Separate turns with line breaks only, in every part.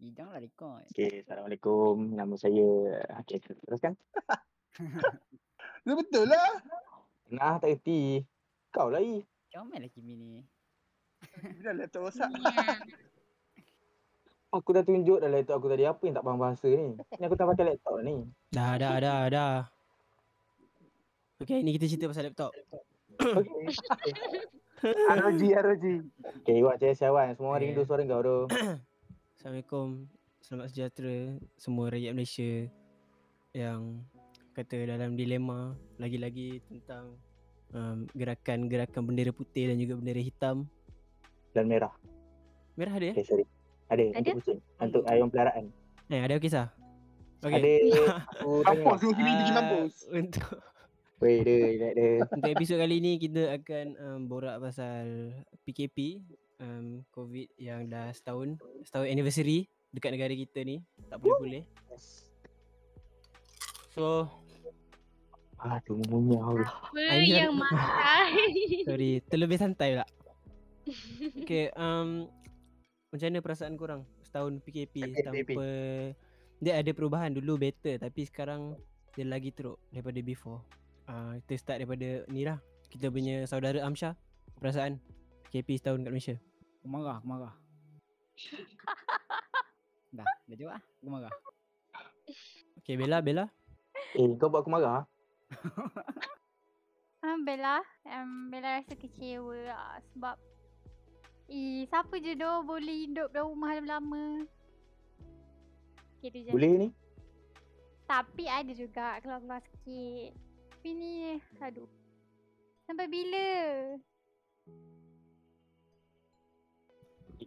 Janganlah lah record.
Okey, Assalamualaikum. Nama saya eh, Okey, teruskan.
Dia betul lah.
Nah, tak erti. Kau lah I.
Comel lah Kimi ni.
Bila laptop rosak.
Aku dah tunjuk dah laptop aku tadi. Apa yang tak faham bahasa ni? Ni aku tak pakai laptop ni.
Dah, dah, dah, dah. Okay, ni kita cerita pasal laptop.
Okey.
ROG, ROG.
Okey, awak cek siawan. Semua
Eh.
orang rindu suara kau tu.
Assalamualaikum. Selamat sejahtera semua rakyat Malaysia yang kata dalam dilema lagi-lagi tentang um, gerakan-gerakan bendera putih dan juga bendera hitam.
Dan merah.
Merah ada ya?
Okey, sorry. Ada,
Ada?
untuk kucing. Untuk ayam peliharaan.
Eh, ada kisah?
Ada.
Okay.
Aku
Kampus, semua
tengok.
sini pergi kampus.
Ah, untuk
Weh, dia, relax dia.
Untuk episod kali ni kita akan um, borak pasal PKP um, COVID yang dah setahun Setahun anniversary dekat negara kita ni Tak boleh-boleh So
Aduh, bunyi Allah.
Apa
Aina.
yang mahal?
sorry terlebih santai pula Okay um, Macam mana perasaan korang setahun
PKP.
PKP, tanpa Dia ada perubahan dulu better tapi sekarang dia lagi teruk daripada before uh, Kita start daripada ni lah Kita punya saudara Amsyar Perasaan PKP setahun kat Malaysia
Aku marah, aku marah. dah, dah jawab lah. Aku marah.
Okay Bella, Bella
Eh, kau buat aku marah?
Ah, Bella, um, Bella rasa kecewa lah sebab Eh, siapa je doh boleh hidup dalam rumah lama-lama. Okay, tu je.
Boleh ni?
Tapi ada juga keluar-keluar sikit. Tapi ni, aduh. Sampai bila?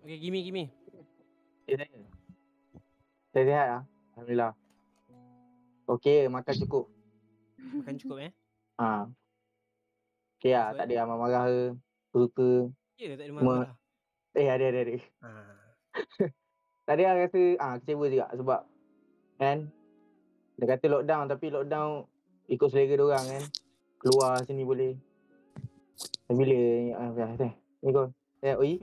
Okay, gimme, gimme.
Eh, saya. Saya sihat lah. Alhamdulillah. Okey, makan cukup.
Makan cukup eh.
Ha. Okey lah, tak ada lah marah ke. Suka.
Ya ke tak ada
Ma-
marah?
Eh, ada, ada, ada.
Ha.
Ah.
Tadi lah rasa ah kecewa juga sebab kan dia kata lockdown tapi lockdown ikut selera dia orang kan. Keluar sini boleh. Dan Bila ni ah dah dah. Ni kau. Eh oi.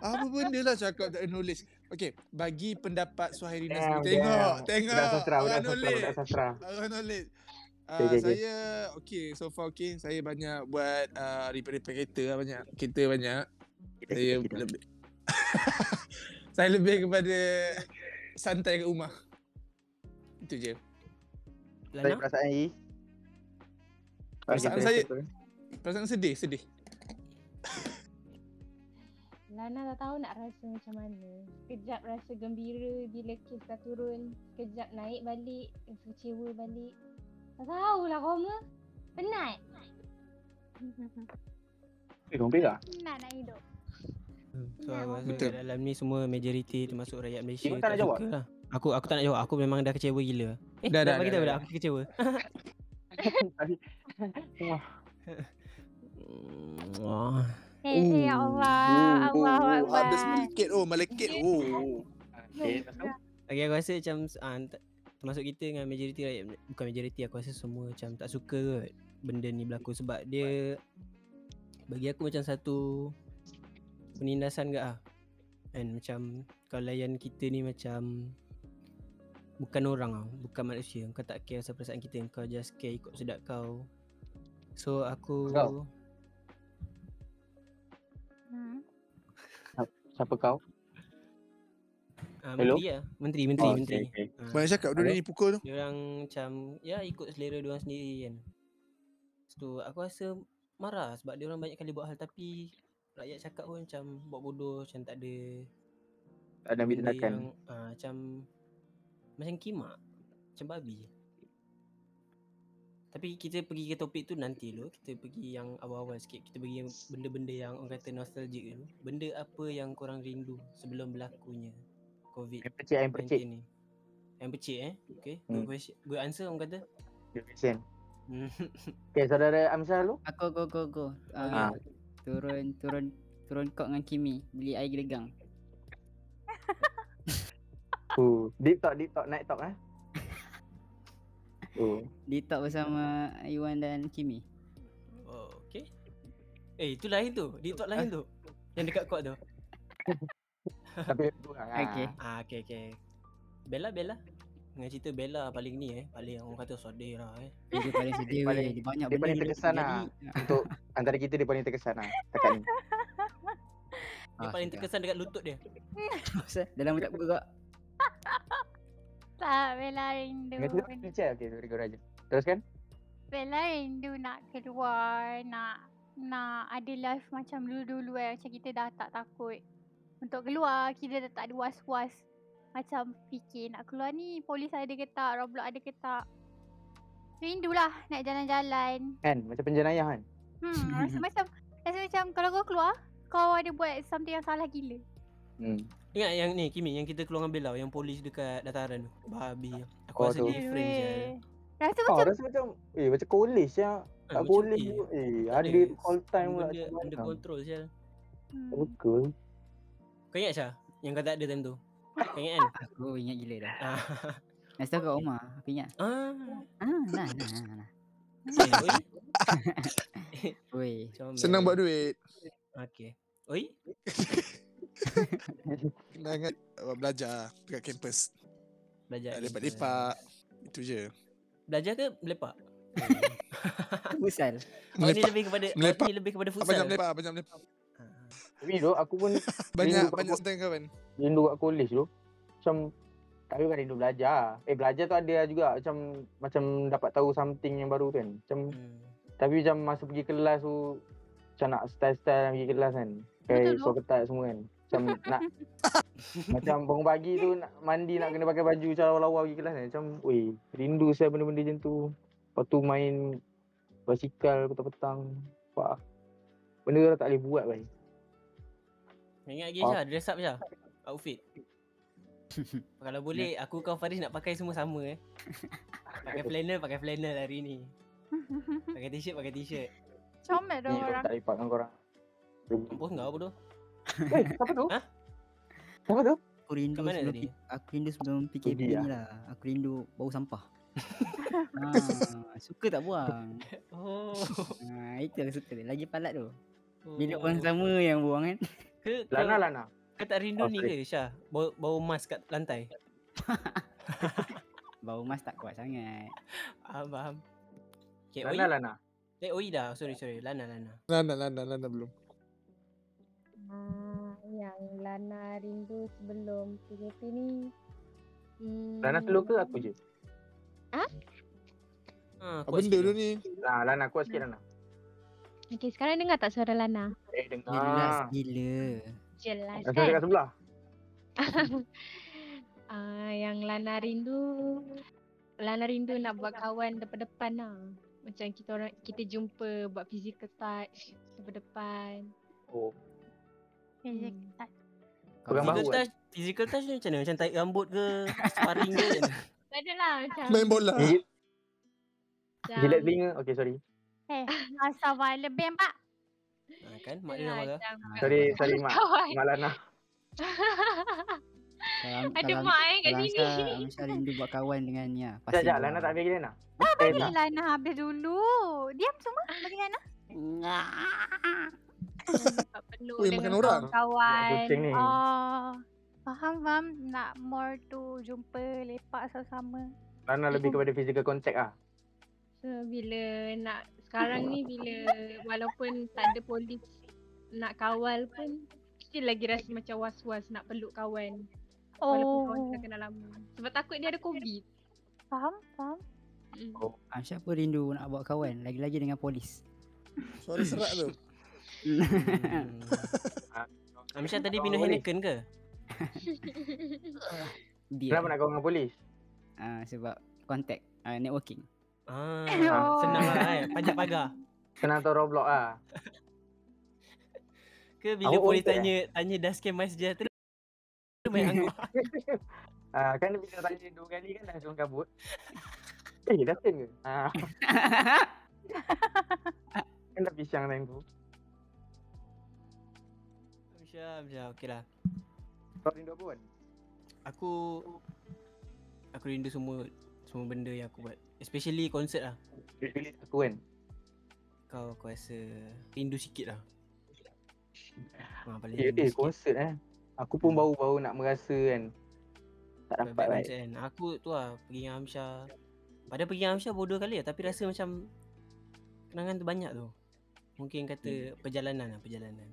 Apa benda lah cakap tak ada nulis. Okey, bagi pendapat Suhairi
Damn,
Nazmi. Tengok,
damn.
tengok.
Eh, Budak sastra, budak
Orang
sastra,
nulis.
budak sastra.
Orang nulis. Ah,
Okay, okay, okay.
saya okey so far okey saya banyak buat uh, repair-repair kereta lah banyak kereta banyak
Kita-
saya
kita-
lebih saya lebih kepada santai kat rumah itu je
Saya
Lana?
perasaan ni.
Perasaan saya- perasaan sedih sedih
Lana tak tahu nak rasa macam mana. Sekejap rasa gembira bila kes dah turun. Sekejap naik balik, rasa kecewa balik. Tak tahulah koma. Penat.
Eh, kau berak.
Nak nak hidup.
So, aku rasa
Hmm. Betul.
kat dalam ni semua majoriti termasuk rakyat Malaysia
Ibu tak nak jawab?
suka lah. Aku aku tak nak jawab. Aku memang dah kecewa gila. Eh,
Dah,
dah,
dah,
dah, bagi
dah,
tahu
dah,
dah, aku kecewa. Hmm, Oh.
Eh, eh, ya Allah.
Uh,
Allah Akbar.
ada sedikit oh malekit oh
Okey, Eh, tak tahu.
Okay, aku rasa macam ah, ent- termasuk kita dengan majoriti rakyat Mal- bukan majoriti aku rasa semua macam tak suka kot benda ni berlaku sebab dia bagi aku macam satu penindasan gak ah. And macam kau layan kita ni macam bukan orang tau, bukan manusia. Kau tak care pasal perasaan kita, kau just care ikut sedap kau. So aku
Kau.
Hmm.
Siapa kau?
ah,
Hello?
menteri lah. menteri, menteri,
Oh,
menteri.
okey, okey.
Ah.
banyak cakap dulu ni pukul tu
Dia orang macam ya ikut selera dia orang sendiri kan. Lepas tu aku rasa marah sebab dia orang banyak kali buat hal tapi rakyat cakap pun macam buat bodoh macam tak ada
Tak ada ambil
benda
tindakan.
yang, ah, macam macam kimak, macam babi. Tapi kita pergi ke topik tu nanti dulu. Kita pergi yang awal-awal sikit. Kita pergi yang benda-benda yang orang kata nostalgic dulu. Benda apa yang korang rindu sebelum berlakunya
Yang
COVID-19
percik, yang percik.
ni? Yang percik eh? Okay.
Hmm.
Good, question. Good answer orang kata.
Dia kesian.
Hmm.
Okey, saudara Amsar dulu.
Aku, go, go, go.
Ah.
Uh, Turun, turun, turun kok dengan Kimi. Beli air gelegang.
Oh, deep talk, deep talk, night talk eh. Oh,
Detox bersama Iwan dan Kimi.
Oh, okay. Eh, itu lain tu. Deep talk lain tu. Yang dekat kot tu.
Tapi lebih kurang lah.
Okey.
Ah, okay, okay. Bella, Bella. Dengan cerita Bella paling ni eh. Paling orang kata sodeh lah eh.
Eh, Dia paling sedih weh.
paling-
Dia banyak
dia
benda
paling
dulu
terkesan
jadi.
lah. Untuk antara kita dia paling terkesan lah. Takat ni.
Dia
Ah,
lah.
paling
sudah.
terkesan dekat lutut dia.
Pasal Dah lama tak bergerak.
Tak, Bella rindu.
Dengan cerita ni cek. Okay, sorry korang je. Teruskan.
Bella rindu nak keluar, nak nak ada life macam dulu-dulu eh. Macam kita dah tak takut untuk keluar. Kita dah tak ada was-was. Macam fikir nak keluar ni polis ada ke tak, Roblox ada ke tak. Rindulah nak jalan-jalan.
Kan? Macam penjenayah kan?
Hmm, rasa macam rasa macam kalau kau keluar, kau ada buat something yang salah gila.
Hmm.
Ingat yang ni Kimi yang kita keluar dengan Bella yang polis dekat dataran tu. Babi.
Oh,
Aku rasa
tu.
dia different Eh, je.
Weh. Rasa
Oh,
macam
rasa macam eh macam college ya.
Ah,
Tak
macam,
college
eh,
tu. Eh,
tak
ada call time pula.
Benda
macam
under
mana.
control sial.
hmm,
Betul.
Kau ingat Syah? Yang kau tak ada time tu. Kau ingat kan?
Aku ingat gila dah.
ah.
Masa tu kat rumah. Aku ingat.
ah.
Ah, nah, nah, nah, nah.
Eh, oi. lah.
Weh.
Macam
Senang
mana?
buat duit.
Okey. Oi,
Kenangan uh, belajar dekat kampus.
belajar.
Tak
kita.
lepak-lepak. Itu je.
Belajar ke melepak?
Pusal.
Oh, ni
Melepak.
lebih kepada
Melepak.
oh, ni lebih kepada
Ah, Banyak
futsal. Ah,
melepak, banyak melepak.
Tapi tu aku pun
Banyak
Minggu
banyak
berapa-
sedang kawan.
rindu kat college tu. Macam tak ada kan rindu belajar. Eh belajar tu ada lah juga macam macam dapat tahu something yang baru tu kan. Macam
Hmm.
tapi macam masa pergi kelas tu macam nak style-style nak pergi kelas kan.
Betul
Kayak
tu.
suar ketat semua kan. Macam nak macam bangun pagi tu nak mandi nak kena pakai baju macam lawa-lawa pergi kelas kan. Macam weh rindu saya benda-benda macam tu. Lepas tu main basikal petang-petang. Wah. Benda tu dah tak boleh buat bhai.
Ingat lagi
Ah.
Syah, dress up Syah. Outfit. Kalau boleh aku kau Faris nak pakai semua sama eh. Pakai flannel, pakai flannel hari ni. Pakai t-shirt, pakai t-shirt.
comel
Ni
dah
aku
orang.
tak lipat dengan korang.
Mampus kau bodoh.
Eh, siapa tu?
Ha?
Siapa tu?
Aku rindu
Kat mana
sebelum
tadi?
P- aku rindu sebelum PKP
dia.
ni lah. Aku rindu bau sampah. ha, suka tak buang.
Oh.
Ha, itu aku suka dia. Lagi palat tu. Bila
oh.
orang sama yang buang kan.
Ke, kau,
Lana Lana.
kau tak rindu
Oh,
ni ke Syah? Bau, bau mas kat lantai.
Bau mas tak kuat sangat.
Faham, faham. Okay,
Lana lah.
Oi.
Lana.
Eh, Oi dah. Sorry, sorry. Lana, Lana.
Lana, Lana, Lana lah, belum.
Ah, yang Lana rindu sebelum PKP ni. Hmm,
Lana slow ke aku je?
Ha,
Apa benda
kuat sikit
tu ni?
Ah, Lana kuat sikit Lana.
Okay, sekarang dengar tak suara Lana?
Jelas
Eh, dengar.
gila.
Jelas
Rasa dekat
kan?
sebelah.
Ah, yang Lana rindu Lana rindu lah. nak buat kawan depan-depan lah. Macam kita orang kita jumpa buat physical touch depan-depan.
Oh,
Reject Eh,
Hmm.
tak.
Pegang
Physical
bahu kan?
touch, physical touch ni macam mana? Macam tarik rambut ke, sparring ke? Ah, macam mana?
Tak ada lah macam.
Main bola.
Gigit,
macam-
jilat telinga. Okay, sorry.
Eh, asal malam lebih pak.
Ha, kan? Mak dia
Yelah,
dah marah.
lah, macam
Ah,
Sorry, sorry mak.
Kawan.
Mak Lana.
Kalau,
Ada
kalau-
mak eh kat
kalau
sini.
Amsha, Amsha rindu buat kawan dengan ni lah.
Sekejap,
Pasir
sekejap.
buah.
Lana tak habis lagi Lana. Eh, tak.
Bagilah nak habis dulu. Diam semua. Bagi Lana.
Tak penuh
Weh, makan
dengan
orang.
Kawan.
kucing ni.
Oh. Faham, faham. Nak more tu jumpa lepak sama-sama.
Lana lebih kepada physical contact ah.
So, bila nak sekarang ni bila walaupun tak ada polis nak kawal pun still lagi rasa macam was-was nak peluk kawan. Walaupun
Oh.
kawan kita kenal lama. Sebab takut dia ada COVID.
Faham, faham.
Mm.
Amsha pun rindu nak buat kawan. Lagi-lagi dengan polis.
Suara serak tu.
Hmm. Amsyar tadi minum Heineken ke?
Dia.
Kenapa nak kawan dengan polis?
Ah, sebab kontak. ah, networking.
Ah,
Oh.
senang lah kan? Panjat pagar.
Senang tahu Roblox ah.
Ke bila
Awak eh?
polis
old
tanya, tanya dah scam mas sejahtera? Tu main anggur.
Ah, kan bila tanya dua kali kan langsung kabut. Eh, Dustin ke? Ah. Kan dah pisang time tu.
Amsyar, Amsyar. Okey lah.
Kau rindu apa kan?
Aku... Aku rindu semua semua benda yang aku buat. Especially konsert lah.
Pilih aku kan.
Kau aku rasa rindu sikit lah. Ha, paling
Eh,
rindu
eh
sikit.
konsert eh. Aku pun baru-baru nak merasa kan. Tak dapat
Baik-baik
baik.
macam kan. Aku tu lah pergi dengan Amsyar. Pada pergi dengan Amsyar bodoh kali lah tapi rasa macam kenangan tu banyak tu. Mungkin kata perjalanan lah perjalanan.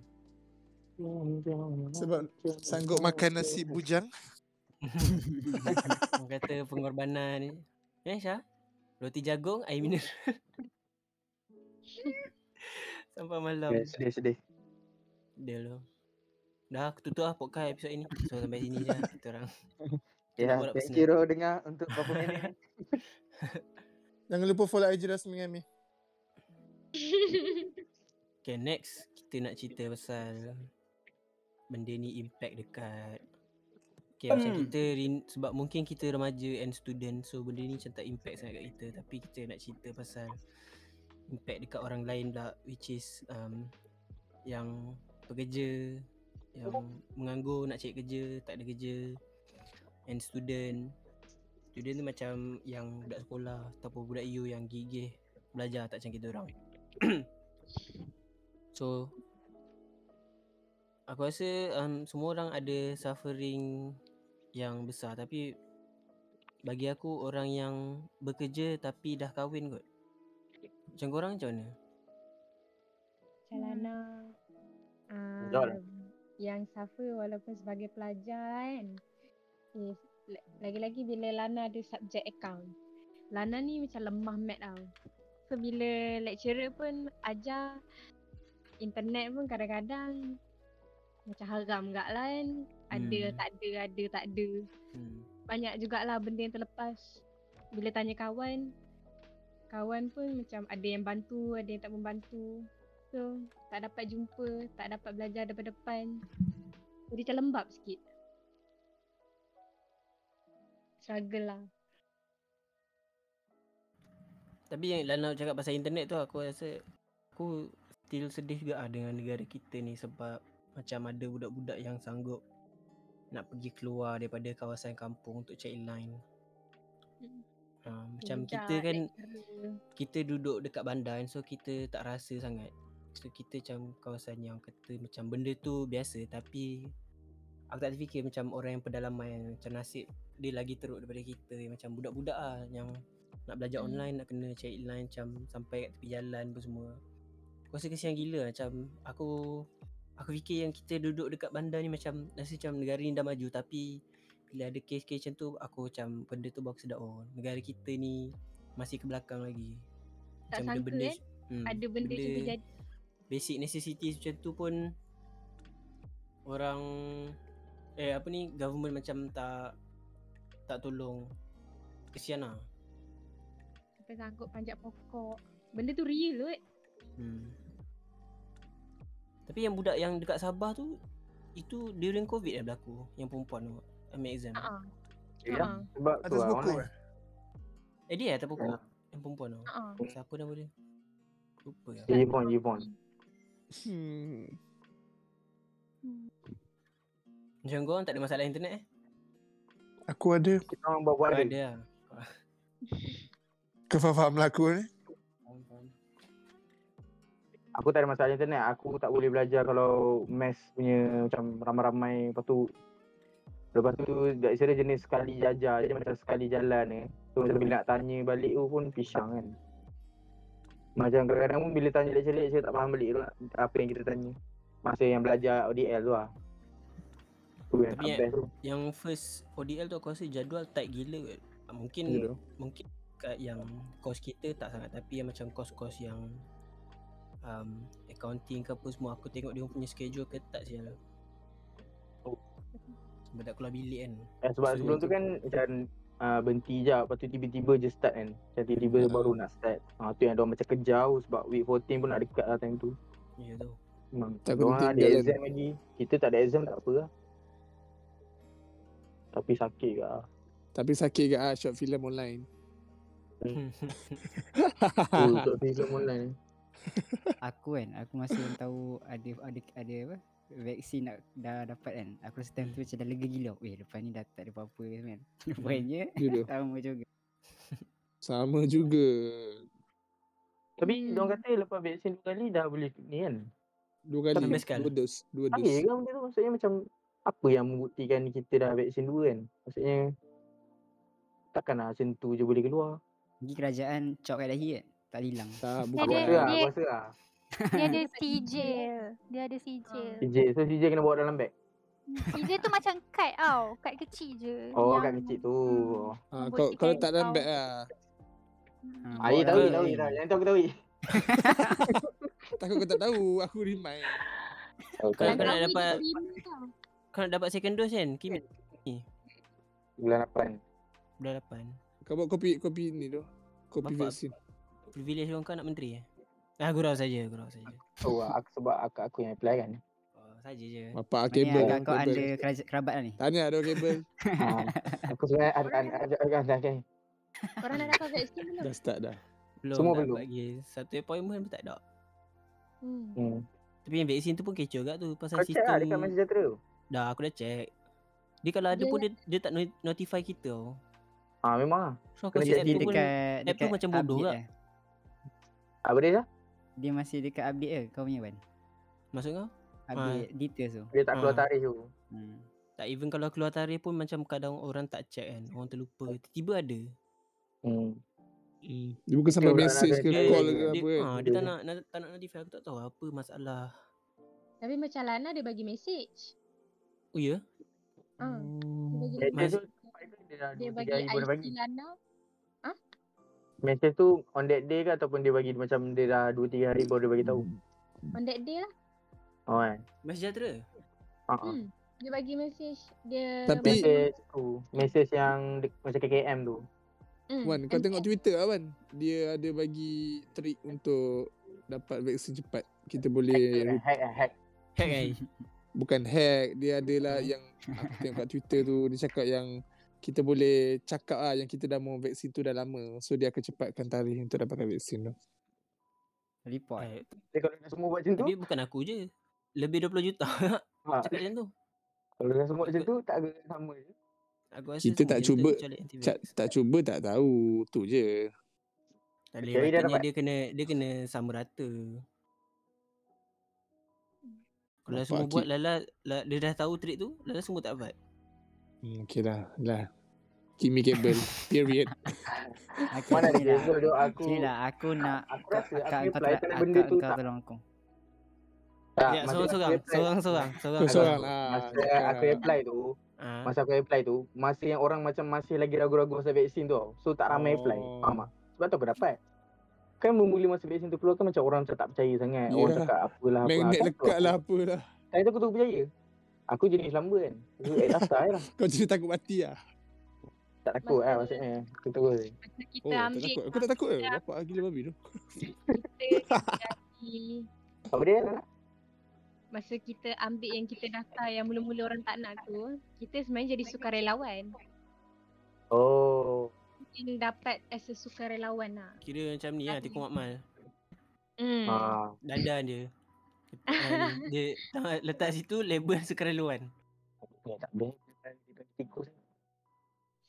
Sebab sanggup makan lah. nasi bujang.
Orang kata pengorbanan ni. Eh Syah? Roti jagung, air mineral. Sampai malam.
Ya, Sedih sedih.
Dia lu. Dah aku tutup lah podcast episod ini. So sampai sini je lah kita orang.
Ya,
borak
thank
personal.
you Ro dengar untuk berapa minit ni.
Jangan lupa follow IG Rasmi Ngami.
Okay next kita nak cerita pasal benda ni impact dekat Okay macam
Hmm.
kita rin- sebab mungkin kita remaja and student so benda ni macam tak impact sangat kat kita tapi kita nak cerita pasal impact dekat orang lain pula which is um, yang pekerja yang menganggur nak cari kerja tak ada kerja and student student tu macam yang budak sekolah ataupun budak you yang gigih belajar tak macam kita orang So Aku rasa um, semua orang ada suffering yang besar tapi bagi aku orang yang bekerja tapi dah kahwin kot. Macam korang macam mana?
Calana
Jauh lah.
um, yang suffer walaupun sebagai pelajar kan is, la- lagi-lagi bila Lana ada subjek account Lana ni macam lemah mat tau so bila lecturer pun ajar internet pun kadang-kadang macam haram gak lah kan ada
Hmm.
tak ada ada tak ada
Hmm.
banyak jugalah benda yang terlepas bila tanya kawan kawan pun macam ada yang bantu ada yang tak membantu so tak dapat jumpa tak dapat belajar daripada depan jadi macam lembab sikit struggle lah
Tapi yang Lana cakap pasal internet tu aku rasa aku still sedih juga ah dengan negara kita ni sebab macam ada budak-budak yang sanggup nak pergi keluar daripada kawasan kampung untuk cari line.
Hmm.
Ah, macam kita kan kita duduk dekat bandar so kita tak rasa sangat so kita macam kawasan yang kata macam benda tu biasa tapi aku tak terfikir macam orang yang pedalaman macam nasib dia lagi teruk daripada kita yang macam budak-budak lah yang nak belajar
Hmm.
online nak kena cari line macam sampai kat tepi jalan pun semua aku rasa kesian gila lah, macam aku aku fikir yang kita duduk dekat bandar ni macam rasa macam negara ni dah maju tapi bila ada kes-kes macam tu aku macam benda tu baru aku sedar oh negara kita ni masih ke belakang lagi
Tak sangka, eh,
hmm,
ada benda, benda juga jadi
basic necessities macam tu pun orang eh apa ni government macam tak tak tolong kesian lah
sampai sanggup panjat pokok benda tu real kot
hmm. tapi yang budak yang dekat Sabah tu itu during covid dah berlaku yang perempuan tu ambil exam
Ha ah.
Ya,
Ha.
sebab tu
Atas
lah
buku
online.
eh.
eh dia atau perempuan yang perempuan tu
Ha ah.
siapa nama dia lupa lah.
Yvonne, Yvonne.
Hmm.
macam korang tak ada masalah internet eh
Aku ada
Kita orang buat buat
tak ada lah
kefaham lah aku ni.
Faham, faham.
Aku tak ada masalah internet. Aku tak boleh belajar kalau mass punya macam ramai-ramai. Lepas tu Lepas tu dak kira jenis sekali jajar Jadi macam sekali jalan ni So macam bila nak tanya balik tu pun pisang kan Macam kadang-kadang pun bila tanya lecture-lecture tak faham balik tu lah Apa yang kita tanya Masa yang belajar ODL tu lah Tu yang
Tapi
tak
yang-
best tu
Yang first ODL tu aku rasa jadual tight gila kot. Ah, Mungkin
Ya.
yeah. mungkin kat yang course kita tak sangat tapi yang macam course-course yang um, accounting ke apa semua aku tengok dia orang punya schedule ketat sial.
Oh.
Sebab tak keluar bilik kan.
Eh, sebab
So,
sebelum tu
itu-
kan macam uh, berhenti je lepas tu tiba-tiba je start kan macam tiba-tiba
Ya.
baru nak start uh, tu yang diorang macam kejau sebab week 14 pun nak dekat lah time tu
Ya tu.
memang
Tak
diorang
penting kan.
ada
jalan.
exam lagi kita tak ada exam tak apa lah tapi sakit ke lah
Tapi sakit ke ah short film online.
Hmm.
Ha, Oh,
tu untuk film online ni.
Aku kan Aku masa yang tahu Ada ada ada apa Vaksin nak, dah dapat kan Aku rasa time tu macam dah lega gila Weh lepas ni dah tak ada apa-apa kan Rupanya
Gitu.
Sama juga
Sama juga.
tapi
Hmm.
diorang kata lepas vaksin dua kali dah boleh ni kan
Dua kali.
Sampai sekali.
Dua dos. Dua
ada
dos.
kan benda tu maksudnya macam apa yang membuktikan kita dah vaksin dulu kan? Maksudnya takkan lah macam tu je boleh keluar.
Pergi kerajaan cok kat dahi kan. Tak hilang.
Tak,
Dia
Aku
ada-
rasa
bukan.
lah, aku
dia-
rasa lah.
Dia ada sijil. Dia ada sijil.
CJ, so CJ kena bawa dalam beg.
Sijil tu macam kad tau. Kad kecil je.
Oh,
yang-
kat kecil tu.
Ah,
Hmm.
kau, kau letak dalam beg lah.
Hmm.
Ha, bawa
Air tahu,
dalam
tahu,
beg.
tahu. Oh, Yang tu aku tahu.
Takut kau tak tahu. Aku remind.
Kalau kau
Kalau
nak
ni
dapat
terima tau.
kau nak dapat second dose kan? Kim
Bulan 8.
bulan 8.
Kau buat kopi kopi ni tu. Kopi
Bapak-
vaksin.
Privilege kau kau nak menteri eh? Ah gurau saja, gurau saja.
Oh, aku sebab aku, aku yang apply kan.
Oh, saja je.
Bapak ah,
Maknanya
kabel.
agak kan kau
kabel.
ada kerajaan kerabat lah ni.
Tahniah ada kabel.
Ha, aku sebenarnya ada ada ada ada ada ada.
Korang dah dapat vaksin belum?
Dah start dah.
Belum
Semua
tak
belum.
bagi. Satu appointment pun tak ada.
Hmm.
Hmm.
Tapi yang vaksin tu pun kecoh kat tu pasal
Kau
situ.
check lah dekat Masjid Sejahtera tu.
Dah aku dah check. Dia kalau ada
Dia
pun dia, dia tak no- notify kita. tau.
Ha, memang lah.
So aku
Kena kan. jadi
check app
Dia
tu pun
dekat,
app tu
dekat
macam bodoh
update
lah.
lah.
Apa dia dah?
Dia masih dekat update ke kau punya ban?
maksud kau?
Ah.
Update details tu.
Dia tak keluar
Ha.
tarikh tu.
Hmm.
Tak even kalau keluar tarikh pun macam kadang orang tak check kan. Orang terlupa. Tiba-tiba ada.
Oh. Hmm.
Hmm.
Dia bukan sampai
Betul lah,
message
nak
ke
kena
call
tanya.
ke
Dia,
apa kan.
ha, dia tak
Dia-
nak, nak tak nak notify aku tak tahu apa masalah.
Tapi macam Lana dia bagi message.
Oh ya.
Ah,
Oh.
Dia bagi
Eh, dia
message.
tu dia dah
dia
dua,
bagi
tiga hari baru
IC
bagi. lah.
Lana.
Message tu on that day ke ataupun dia bagi macam dia dah 2 3 hari baru dia bagi tahu.
On that day lah.
Oh kan.
Mas Sejahtera.
Ha. ha.
Hmm. Dia bagi message. Dia
Tapi-
bagi-
Message tu, message yang dek, macam KKM tu.
Hmm,
Wan, kau
and-
tengok Twitter lah Wan. Dia ada bagi trik untuk dapat vaksin cepat. Kita
Hack,
boleh
eh, hack, eh, hack.
Hack kan.
bukan hack, dia adalah yang aku tengok kat Twitter tu dia cakap yang kita boleh cakap lah yang kita dah mau vaksin tu dah lama. So dia akan cepatkan tarikh untuk dapatkan vaksin tu.
Report.
Eh,
Dia kalau dah semua buat macam tu,
Tapi bukan aku je. Lebih 20 juta
ha,
cakap macam tu.
kalau dah semua macam tu tak ada sama je.
Aku rasa
Kita tak
semua macam tu,
cuba
kecuali anti-vax.
Cak, tak cuba tak tahu. Tu je.
Tak boleh.
Jadi dia
Patutnya
dapat.
dia kena dia kena sama rata. Kalau
Nampak
semua buat
Kit.
Lala, Lala dia dah tahu trik tu, Lala semua tak buat.
Hmm, okay lah. lah. Kimi Cable. Period.
Okay,
Mana ada
sini lah.
cable tu aku.
Sini lah aku nak
Aku
kau-
rasa
kau-
aku
kau
apply
tolong-
kerana
ah,
benda
kau-
tu
kau
tak.
tolong aku.
Tak, Oh,
Ya,
masa aku
seorang-seorang,
apply- Ah,
seorang-seorang,
Kau
seorang.
seorang lah.
Masa aku apply tu,
Ah,
masa aku apply tu, masa yang orang macam masih lagi ragu-ragu pasal vaksin tu tau. So tak ramai apply.
Oh.
Faham tak? Sebab tu aku dapat. Kan mula-mula masa vaksin tu keluar kan macam orang macam tak percaya sangat. Orang
Yeah.
cakap apalah. apa.
Magnet
Kan
Ya. lekat
aku-
lah apa lah.
Kali tu aku tu percaya. Aku jenis lamba kan. Aku act daftar je lah.
Kau jadi takut mati lah.
Tak takut lah
Masa-
maksudnya. Aku terus.
Masa kita
Oh, tak
ambil
takut. Aku tak takut ke? Bapak lah gila babi tu.
kita jadi
Apa dia?
masa kita ambil yang kita daftar yang mula-mula orang tak nak tu, kita sebenarnya jadi sukarelawan.
Oh.
Yang dapat as a sukarelawan lah.
kira macam ni lah, Tekong Akmal.
Hmm.
Ha.
Dandan dia. Letak- ah, ni, dia tangan- letak situ label sekerelawan.
Ya, tak boleh. Tikus.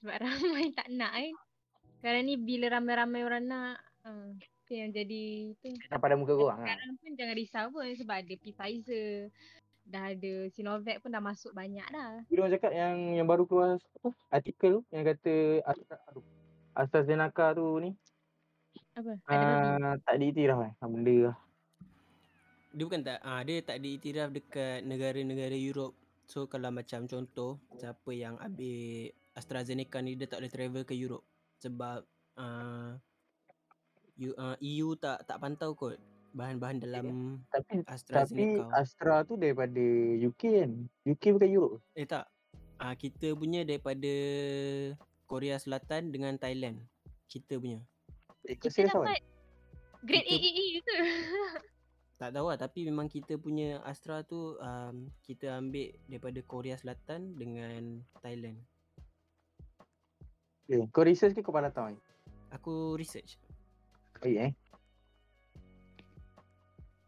Sebab ramai tak nak kan. Sekarang ni bila ramai-ramai orang nak, uh, tu yang jadi tu.
Dah pada muka korang lah.
Sekarang pun jangan risau pun sebab ada Pfizer. Dah ada Sinovac pun dah masuk banyak dah.
Bila orang cakap yang yang baru keluar apa, artikel tu, yang kata Astra- aduh, AstraZeneca tu ni
Apa? Ada babi.
uh, tak diiktiraf eh. Ha, benda lah.
Dia bukan tak, ah, dia tak diiktiraf dekat negara-negara Europe. So kalau macam contoh, siapa yang ambil AstraZeneca ni dia tak boleh travel ke Europe sebab ah, U, ah, EU tak tak pantau kot bahan-bahan dalam
Tapi tapi
AstraZeneca.
Astra tu daripada UK kan. UK bukan Europe.
Eh tak. Ah kita punya daripada Korea Selatan dengan Thailand. Kita punya.
Eh, kau
Kita
serius Eh, tau.
dapat grade
Kita-
AAE ke?
Tak tahu lah tapi memang kita punya Astra tu um, kita ambil daripada Korea Selatan dengan Thailand.
Eh, Kau research ke kau pandai tahu ni?
Aku research.
Baik eh.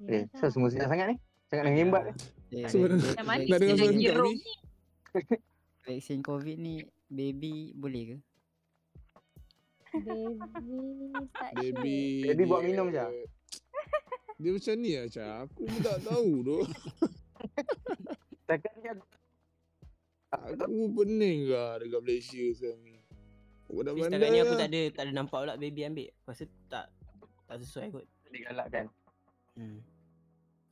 Eh, so semua sedap sangat ni. Sangat nak himbat ni.
Eh, vac-
dah-
Semua
Macam
vac-
mana
Nak dengar
kita
suara
vaksin-
budak
hero
ni?
ni?
Vaksin COVID ni baby boleh ke?
Baby tak
Baby.
Baby buat
dia-
minum je.
Dia macam ni lah Cak. Aku pun tak tahu tu.
Takkan dia
Aku pening lah dekat Malaysia sekarang ni. Budak
Tapi
bandar
setakat ni aku tak
lah.
ada tak ada nampak pula baby ambil. Pasal tak tak sesuai kot.
Ada galak kan?
Hmm.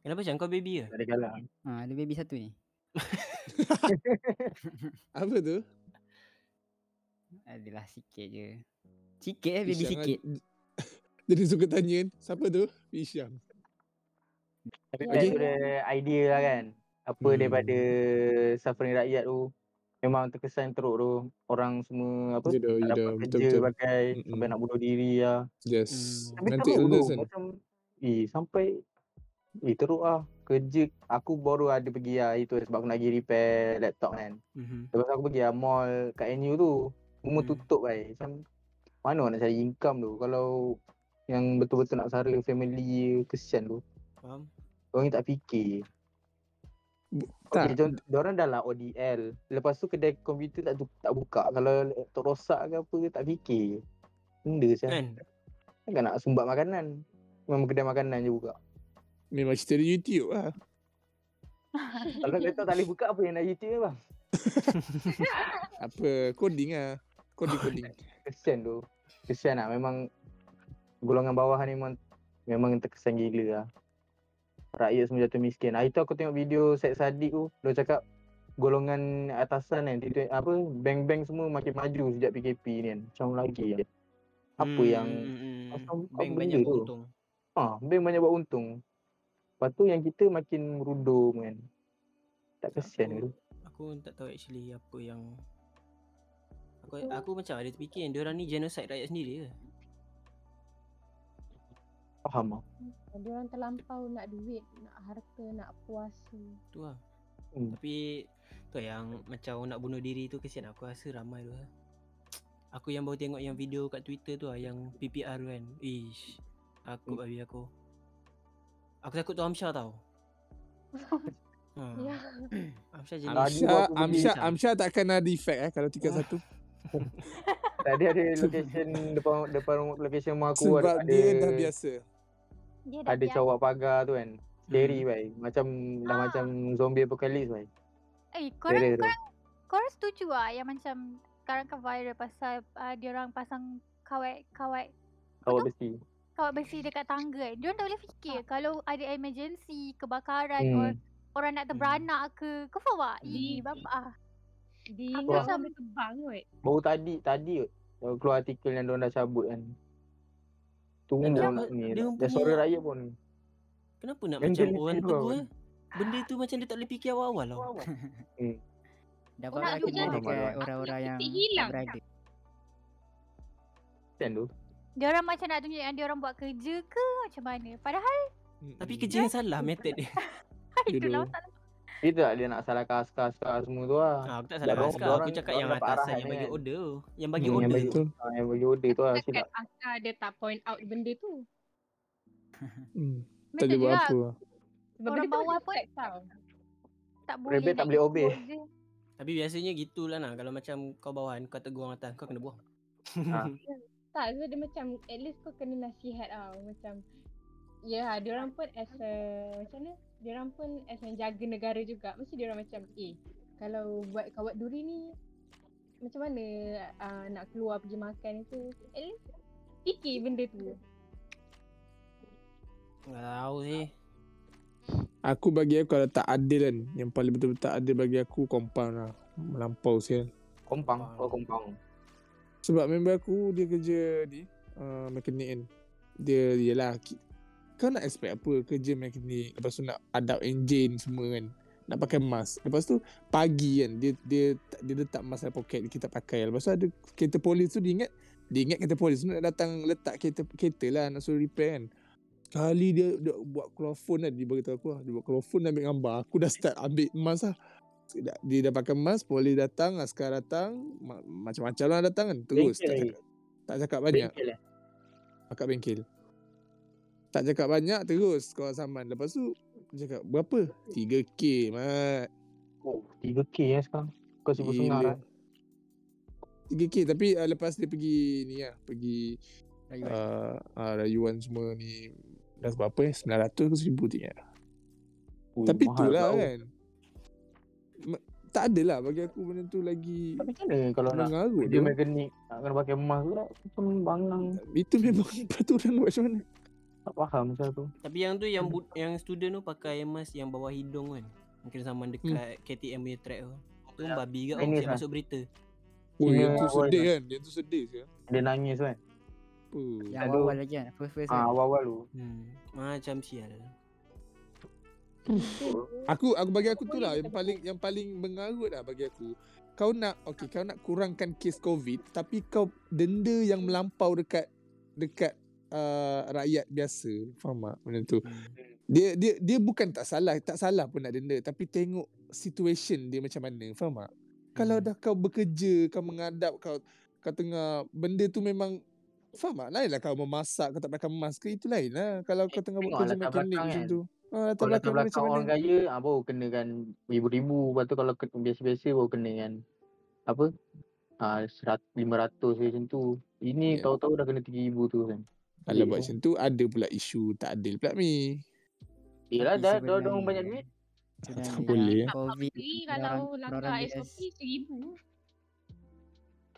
Kenapa macam kau baby ke?
Ada galak.
Ha, ada baby satu ni.
Apa tu?
Adalah sikit je. Sikit eh baby
Isyam
sikit.
ad- kan? Jadi suka tanya kan, siapa tu? Isyam.
Tapi okay.
Ya,
ya.
daripada idea lah kan. Apa
Hmm.
hmm. daripada suffering rakyat tu. Memang terkesan teruk tu. Orang semua apa.
Ya dah, ya
tak dapat
dah.
kerja
Betul-betul.
bagai.
Mm-mm.
Sampai nak bunuh diri lah.
Yes.
Hmm.
Tapi
Mental
teruk
illness
tu.
kan.
Macam. Eh sampai. Eh teruk lah. Kerja. Aku baru ada pergi lah. Itu sebab aku nak pergi repair laptop kan.
Mhm.
Lepas tu aku pergi lah mall kat NU tu. Semua
Hmm.
Mm.
tutup kan. Macam mana nak cari income tu kalau yang betul-betul nak sara family kesian tu.
Faham?
Orang ni tak fikir.
Bu-
Okay,
tak.
contoh, diorang dah lah ODL. Lepas tu kedai komputer tak tu- tak buka. Kalau laptop rosak ke apa ke tak fikir. Benda saya.
Kan?
Kan nak sumbat makanan. Memang kedai makanan je buka.
Memang cerita di YouTube lah.
Kalau laptop tak boleh buka apa yang nak YouTube ni, bang.
Apa, coding lah. Coding-coding.
Kesian tu. Kesian lah. Memang golongan bawah ni memang memang terkesan gila lah. Rakyat semua jatuh miskin. Hari tu aku tengok video Syed Saddiq tu. Dia cakap golongan atasan kan. Dia, apa, bank-bank semua makin maju sejak PKP ni kan. Macam lagi lah. Apa
Hmm,
yang
hmm, hmm.
apa- apa
bank
benda
banyak
tu?
untung.
ha, bank banyak buat untung. Lepas tu yang kita makin merudum kan. Tak kesian ke
Aku-
tu.
Aku pun tak tahu actually apa yang Aku aku macam ada terfikir yang diorang ni genocide rakyat sendiri ke?
Faham lah.
Dia orang terlampau nak duit, nak harta, nak puasa.
Tu lah.
Hmm.
Tapi tu lah yang macam orang nak bunuh diri tu kesian aku rasa ramai tu lah. Aku yang baru tengok yang video kat Twitter tu lah yang PPR tu kan. Ish. Aku babi aku. Aku takut tu Amsyar tau. ha.
Ya.
Amsyar jenis.
Tadi
Amsha,
buat aku beli
Amsha,
macam.
Amsha takkan ada effect eh kalau
Ah.
tingkat satu.
Tadi ada location depan depan rumah- location rumah aku
Sebab
ada,
dia
ada,
dah biasa.
Dia dah
ada
biar-
cawak pagar tu kan. Scary
Hmm.
hmm. Macam dah
Ah.
macam zombie apocalypse bai.
Eh, korang,
Terror tu.
korang, korang setuju lah yang macam sekarang kan viral pasal uh, dia orang pasang kawat kawat
Kawak besi.
kawat besi dekat tangga kan. Dia orang tak boleh fikir
Ah.
kalau ada emergency, kebakaran hmm. or
Hmm.
orang nak terberanak ke. Kau faham tak? Ih,
Hmm.
bapak ah. Aku
Dia ingat
rasa-
orang boleh terbang kot.
Baru tadi tadi kot, baru keluar artikel yang diorang dah cabut kan. Tunggu
Dan dia
dia,
apa-
ni.
dia
Dah
punya-
suara raya pun.
Kenapa nak
Mental
macam orang
disorder.
tegur eh? Benda tu macam dia tak boleh fikir awal-awal tau.
Dapat orang kena
Orang
aku
dekat
nak-
orang-orang
aku
yang
nak
tak
hilang.
berada.
Kan tu.
Dia orang macam nak tunjuk yang dia orang buat kerja ke macam mana. Padahal
Hmm.
Tapi kerja yang salah method dia.
itu
Dulu.
lah tak
Dia tak lah dia nak salahkan askar-askar semua tu lah.
Ha, aku tak
Dah
salah
dorang-
askar. Aku
dorang-
cakap
dorang
yang
dapat
atasan
arahan
yang bagi
kan?
order. tu. Yang bagi
Hmm, yang
order.
bagi-
Betul.
Ha, yang bagi order tu lah
Takkan
silap.
Akar dia tak point out benda tu.
Hmm. Tak boleh
Betul
buat
juga
apa lah.
Sebab
Orang
benda tu
bawah
macam
pun-
fact tau.
tak boleh.
Rebel tak
nak
boleh
ikut
obey.
je.
Tapi biasanya gitulah nah. Kalau macam kau bawahan, kau tegur orang atas, kau kena buang.
Ha.
Tak, so dia macam at least kau kena nasihat tau. Macam, ya yeah, dia orang pun as a, macam mana? Dia orang pun as menjaga negara juga. Mesti dia orang macam, eh kalau buat kawat duri ni, macam mana uh, nak keluar pergi makan tu. At least fikir benda tu.
Nggak tahu sih.
Aku bagi aku kalau tak adil kan. Yang paling betul-betul tak adil bagi aku compound lah. Melampau sial.
Kompang. Oh kompang.
Sebab member aku dia kerja ni uh, mekanik kan. Dia yelah ki- kau nak expect apa kerja mekanik lepas tu nak adapt engine semua kan. Nak pakai mask. Lepas tu pagi kan dia dia tak- dia letak mask dalam poket kita tak pakai. Lepas tu ada kereta polis tu dia ingat dia ingat kereta polis tu nak datang letak kereta kereta lah nak suruh repair kan. Kali dia, dia buat klofon lah dia beritahu aku lah. Dia buat klofon ambil gambar. Aku dah start ambil mask lah. Dia dah pakai mask, polis datang, askar datang, ma- macam-macam lah datang kan. Terus
Bengkel
tak
lagi.
cakap, tak cakap banyak.
lah.
Bengkel eh.
Akak bengkel. Tak cakap banyak terus kau saman. Lepas tu dia cakap berapa? 3k mat.
Oh, 3K eh sekarang. Kau sibuk
Gila.
sengah lah.
3k tapi uh, lepas dia pergi ni lah, pergi
Rayu.
uh, uh, rayuan semua ni dah berapa eh? 900 ke 1000 tak ingat.
Ui,
eh? Tapi
Oh, mahal
itulah
pula, oh.
kan. Me- tak adalah bagi aku benda tu lagi
Tapi macam mana kalau nak
mengarut
dia
dia.
mekanik nak kena pakai emas pula macam bangang
Itu memang peraturan buat macam mana.
tak faham macam tu.
Tapi yang tu yang bu- yang student tu pakai mask yang bawah hidung kan. Mungkin saman
Hmm.
dekat KTM punya track tu. Tu
Ya.
babi kat
Ini
orang
lah.
masuk berita.
Oh,
Kena
yang tu
awal
sedih
dah.
kan. Yang tu sedih je.
Dia nangis kan.
Apa?
Yang
Aduh.
awal lagi kan. First first
Ah
kan.
awal-awal tu.
Hmm. Macam sial.
Aku aku bagi aku tu
Boleh
lah
kita
yang
buat.
paling yang paling mengarut lah bagi aku. Kau nak okey kau nak kurangkan kes COVID tapi kau denda yang melampau dekat dekat uh, rakyat biasa. Faham tak benda tu? Dia dia dia bukan tak salah, tak salah pun nak denda tapi tengok situation dia macam mana. Faham tak? Kalau
Hmm.
dah kau bekerja, kau mengadap, kau kau tengah benda tu memang Faham tak? Lainlah kau memasak, kau tak pakai mask ke, itu lain lah. Kalau kau tengah buat
Eh, Tengok
kerja
latar
mekanik
belakang
macam
kan.
tu. Ha, latar
Kalau latar
belakang dia macam
belakang
mana?
orang kaya ah baru kena kan ribu-ribu. Lepas tu kalau ke- biasa-biasa baru kena kan apa? Ah 100 500 je macam tu. Ini
Ya.
tahu-tahu dah kena 3000 tu kan.
Kalau buat
Sedih
macam tu ada pula isu tak adil pula ni.
tu. Yelah dah dah dah
Sebenarnya-
orang banyak duit.
sebenarnya
Tak boleh, eh.
COVID.
Tapi
dia orang-
kalau
dia orang
langgar
US.
SOP seribu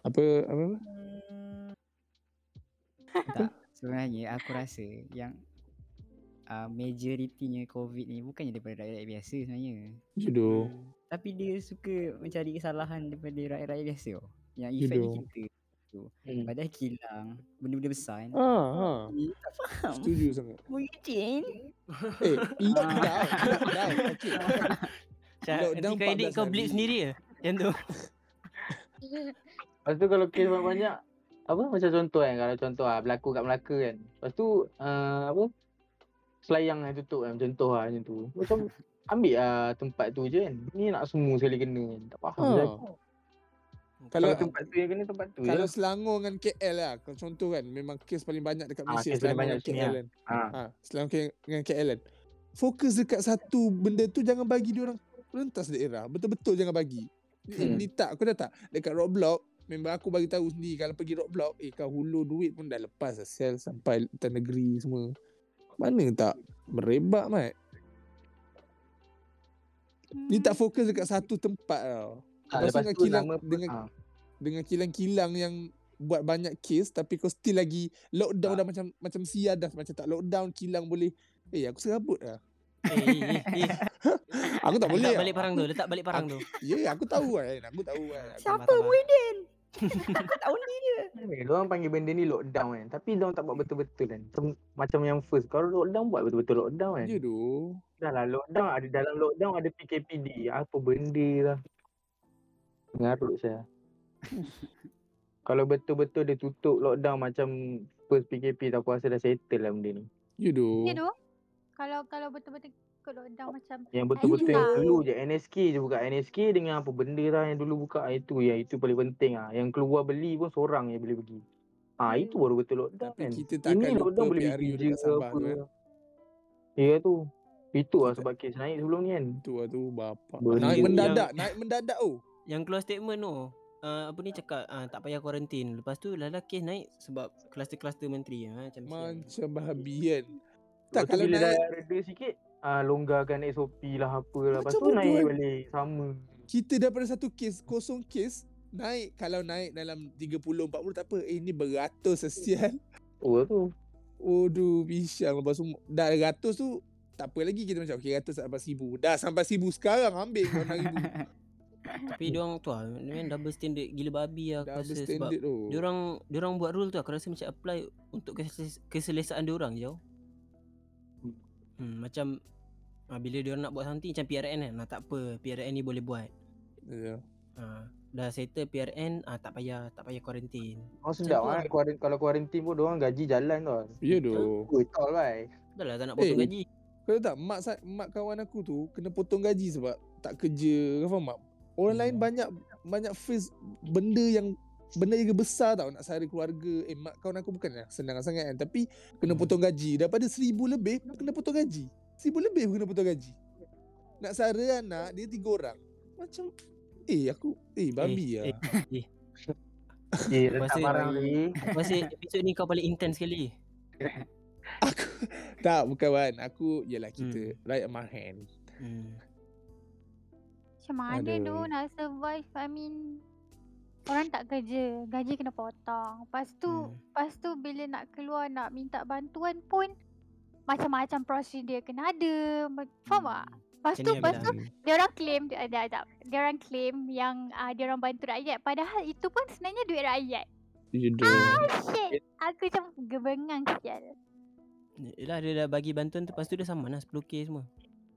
Apa apa? apa?
Hmm. Tak. Sebenarnya aku rasa yang uh, majoritinya COVID ni bukannya daripada rakyat biasa sebenarnya.
Judo.
Tapi dia suka mencari kesalahan daripada rakyat-rakyat biasa tau. Yang efeknya
Betul.
kita.
Hmm.
Padahal kilang, benda-benda besar kan? ni.
Ha ha.
Ni tak faham.
Setuju sangat.
Mungkin.
Eh, lockdown, lockdown. Okey.
Cak,
Lockdown
nanti kau edit
14
kau blip
hari.
sendiri ya. Yang tu.
Lepas tu kalau kes banyak-banyak apa macam contoh kan kalau contoh ah berlaku kat Melaka kan. Lepas tu uh, apa selayang yang tutup kan contoh lah macam tu. Macam ambil lah tempat tu je kan. Ni nak semua sekali kena kan. Tak faham
Ha.
lah.
Kalau
Kalau tempat tu yang kena tempat tu
kalau
kalau, je.
Selangor dengan KL lah, kau contoh kan memang kes paling banyak dekat
Ah,
Malaysia
kes paling
Selangor
banyak
dengan
sini
KL
lah.
kan.
Ha.
Ha, Selangor ke- dengan KL kan. Fokus dekat satu benda tu jangan bagi dia orang rentas daerah. Betul-betul jangan bagi. Ni,
Hmm.
ni tak, kau dah tak. Dekat Roblox, member aku bagi tahu sendiri kalau pergi Roblox, eh kau hulu duit pun dah lepas lah sel sampai lutan negeri semua. Mana tak merebak mat. Dia
Hmm.
tak fokus dekat satu tempat tau. Lepas tu
Ha, lepas
dengan
tu
kilang-
lama pun-
dengan-
ah,
Dengan kilang-kilang yang buat banyak kes tapi kau still lagi lockdown
Tak.
dah macam macam sia dah macam tak lockdown kilang boleh eh aku serabut lah
Eh, eh, eh, eh.
aku tak boleh
Letak
tau.
balik parang tu, letak balik parang tu.
Ya, yeah, aku tahu kan. Aku tahu kan. Aku-
Siapa Muhyiddin?
Dia orang panggil benda ni lockdown kan. Tapi dia orang tak buat betul-betul kan. Macam, macam yang first kalau lockdown buat betul-betul lockdown kan.
Ya doh.
Dah lah lockdown ada dalam lockdown ada PKPD. Apa benda lah. Mengarut saya. Kalau betul-betul dia tutup lockdown macam first PKP tak aku rasa dah settle lah benda ni.
Ya doh.
Dia tu kalau kalau betul-betul ikut lockdown macam
Yang betul-betul yang
Ayolah.
dulu je NSK je buka NSK dengan apa benda lah yang dulu buka ah, itu ya itu paling penting ah. Yang keluar beli pun seorang je boleh pergi. Ah itu baru betul lockdown
Hmm. Tapi
kan.
kita tak akan lupa PRU dekat
ke
Sabah tu kan.
Ya tu. Itu lah
Kita-
sebab kes naik sebelum ni kan.
Tu lah tu bapak.
Benda
Naik
yang-
mendadak, naik mendadak oh.
Yang keluar statement tu uh, apa ni cakap uh, tak payah kuarantin. Lepas tu lala kes naik sebab kluster-kluster menteri ah macam sial.
Macam babi kan.
Tak
Tak kalau
bila
naik
dah reda sikit ah longgarkan SOP lah apa lah. Lepas
Macam
tu naik
bodoh kan.
balik sama.
kita daripada satu kes, kosong kes, naik kalau naik dalam 30 40 tak apa. Eh ni beratus sesial.
Oh tu.
Aduh, pisang lepas tu dah ratus tu tak apa lagi kita macam okey ratus tak dapat seribu. Dah sampai seribu sekarang ambil kau enam ribu.
Tapi dia orang tu ah, dia kan double standard gila babi ah aku
Dah
rasa
habis
sebab
standard oh. tu.
dia orang dia orang buat rule tu aku rasa macam apply untuk keseles- keselesaan dia orang je. tau. Hmm, macam ah, bila dia orang nak buat something macam PRN kan. Ah, tak apa, PRN ni boleh buat.
Ya.
Ah, dah settle PRN ah, tak payah tak payah kuarantin.
Orang sedap
tu
kan
lah.
kuaran- kalau kuarantin pun orang gaji jalan tau.
Ya doh.
Good tau lah.
Dah lah tak nak potong
Eh.
gaji.
Kau tahu tak mak sa- mak kawan aku tu kena potong gaji sebab tak kerja. Kau faham tak? Orang lain
Hmm.
banyak banyak face benda yang benda yang besar tau nak sara keluarga. Eh mak kawan aku bukan lah senang sangat kan tapi kena
Hmm.
potong gaji. Daripada seribu lebih kena potong gaji. Seribu lebih kena potong gaji. Nak sara anak dia tiga orang. Macam eh aku eh babi lah.
eh, eh,
Ya
Masa
letak barang
lagi.
lagi.
Aku rasa episod ni kau paling intense sekali.
Aku tak bukan kan. Aku ialah kita rakyat Mahan.
Hmm.
macam macam mana
Aduh.
tu nak survive I mean Orang tak kerja Gaji kena potong Lepas tu
Hmm.
Lepas tu bila nak keluar Nak minta bantuan pun Macam-macam prosedur kena ada Ma-
Hmm.
Faham tak? Lepas
Macam
tu
ni
Lepas
Abilah.
tu dia orang claim dia ada ada. Dia orang claim yang uh, dia orang bantu rakyat padahal itu pun sebenarnya duit rakyat.
Judul.
Shit, aku macam gebengang sial.
Yelah dia dah bagi bantuan tu Lepas tu dia saman lah 10k semua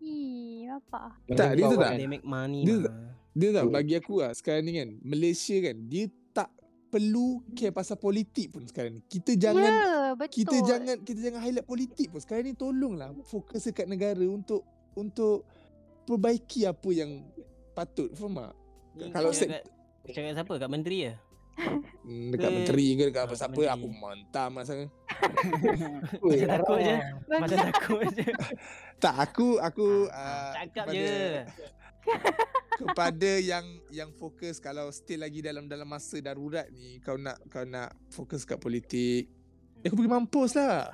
Ih, apa?
Tak, dia tu tak. kan?
They make money
Dia-
lah.
Dia tak
Hmm.
bagi aku lah sekarang ni kan Malaysia kan Dia tak perlu care pasal politik pun sekarang ni Kita jangan
ya, betul.
Kita jangan kita jangan highlight politik pun. Sekarang ni tolonglah fokus dekat negara untuk untuk perbaiki apa yang patut. Faham tak?
Ni
Kalau Eh,
kau
set-
cakap- kau Cakap siapa? Kat menteri ya?
Hmm, dekat
Eh,
menteri ke dekat
ah,
apa
kat
siapa aku
menteri.
mentam lah sangat.
Macam takut je Macam
Bangga.
takut je
Tak aku aku
Ah,
uh,
Cakap
kepada,
je
kepada yang yang fokus kalau still lagi dalam dalam masa darurat ni kau nak kau nak fokus kat politik. Eh, aku pergi mampus lah.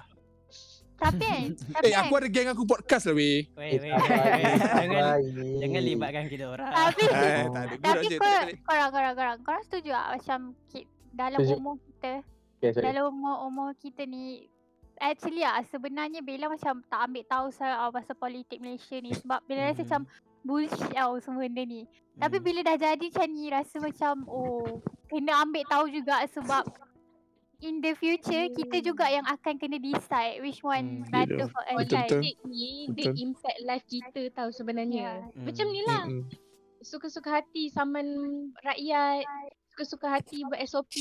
Tapi kan, tapi
Eh, aku
kan,
ada geng aku podcast lah weh.
Weh
Eh,
weh
tak
weh, weh.
baik, tak
Jangan
baik.
Jangan libatkan kita orang
tapi
Eh, tak ada. Gurau
tapi
je.
kor,
tak boleh.
korang, korang, korang, korang setuju tak macam ki, dalam
Setuju.
umur kita,
Okay, sorry.
dalam umur-umur kita ni Actually lah sebenarnya Bella macam tak ambil tahu sangat ah, pasal politik Malaysia ni Sebab Bella rasa
Mhm.
macam bullshit tau semua benda ni
Hmm.
Tapi bila dah jadi macam ni rasa macam oh kena ambil tahu juga sebab in the future kita juga yang akan kena decide which one
Hmm,
better
betul.
for us
Betul,
right.
betul.
Politik ni dia
Betul.
impact life kita tahu
Ya.
sebenarnya.
Hmm.
Macam ni lah.
Mm-mm.
Suka-suka hati saman rakyat. Suka-suka hati buat SOP.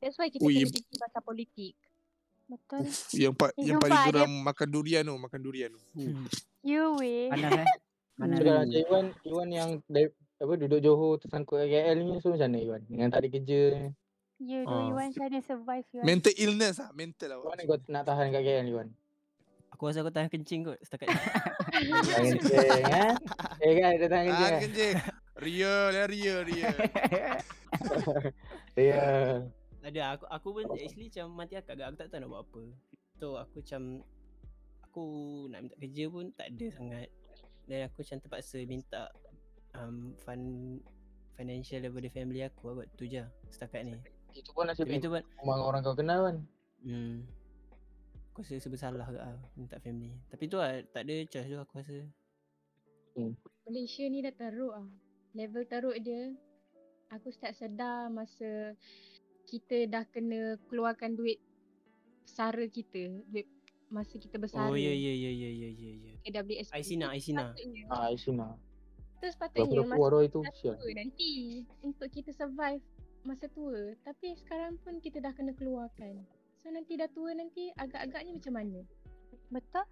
That's why kita
Ui.
kena fikir pasal politik.
Betul.
Yang, pa-
Eh,
yang
jumpa
paling
ada-
geram makan durian tu, makan durian tu.
Hmm.
You way.
Panas eh. Panas.
Cakap
lah,
ni.
macam Iwan, Iwan yang dari, apa duduk Johor tersangkut kat KL ni so macam mana Iwan? Yang tak ada kerja ni.
You do
Ah.
you want trying to survive you. want.
Mental illness lah, mental lah.
Macam mana kau nak tahan kat KL Iwan?
Aku rasa aku tahan kencing kot Setakat ni.
Jangan kencing eh. Eh kan dia tahan kencing
Ah,
kan?
kencing. Real, eh, real, real.
Ya.
Tak ada aku aku pun actually macam mati akak agak aku tak tahu nak buat apa. So aku macam aku nak minta kerja pun tak ada sangat. Dan aku macam terpaksa minta um, fund financial daripada family aku lah kot tu je setakat ni.
Itu pun nasib baik
Tapi tu pun
rumah orang kau kenal kan?
hmm, aku rasa sebersalah ke lah minta family. Tapi tu lah tak ada choice tu aku rasa.
Malaysia ni dah teruk ah. Level teruk dia. Aku start sedar masa kita dah kena keluarkan duit sara kita. Duit masa kita bersara.
Oh ya ya ya ya ya ya ya.
Kita dah beli SPP.
Aisina Aisina.
Sepatutnya,
Ah, Isina.
Itu
Eh,
sepatutnya
Berapa dah
masa
keluar itu
dah
sial.
tua nanti. Untuk kita survive masa tua. Tapi sekarang pun kita dah kena keluarkan. So nanti dah tua nanti agak-agaknya macam mana?
Betul?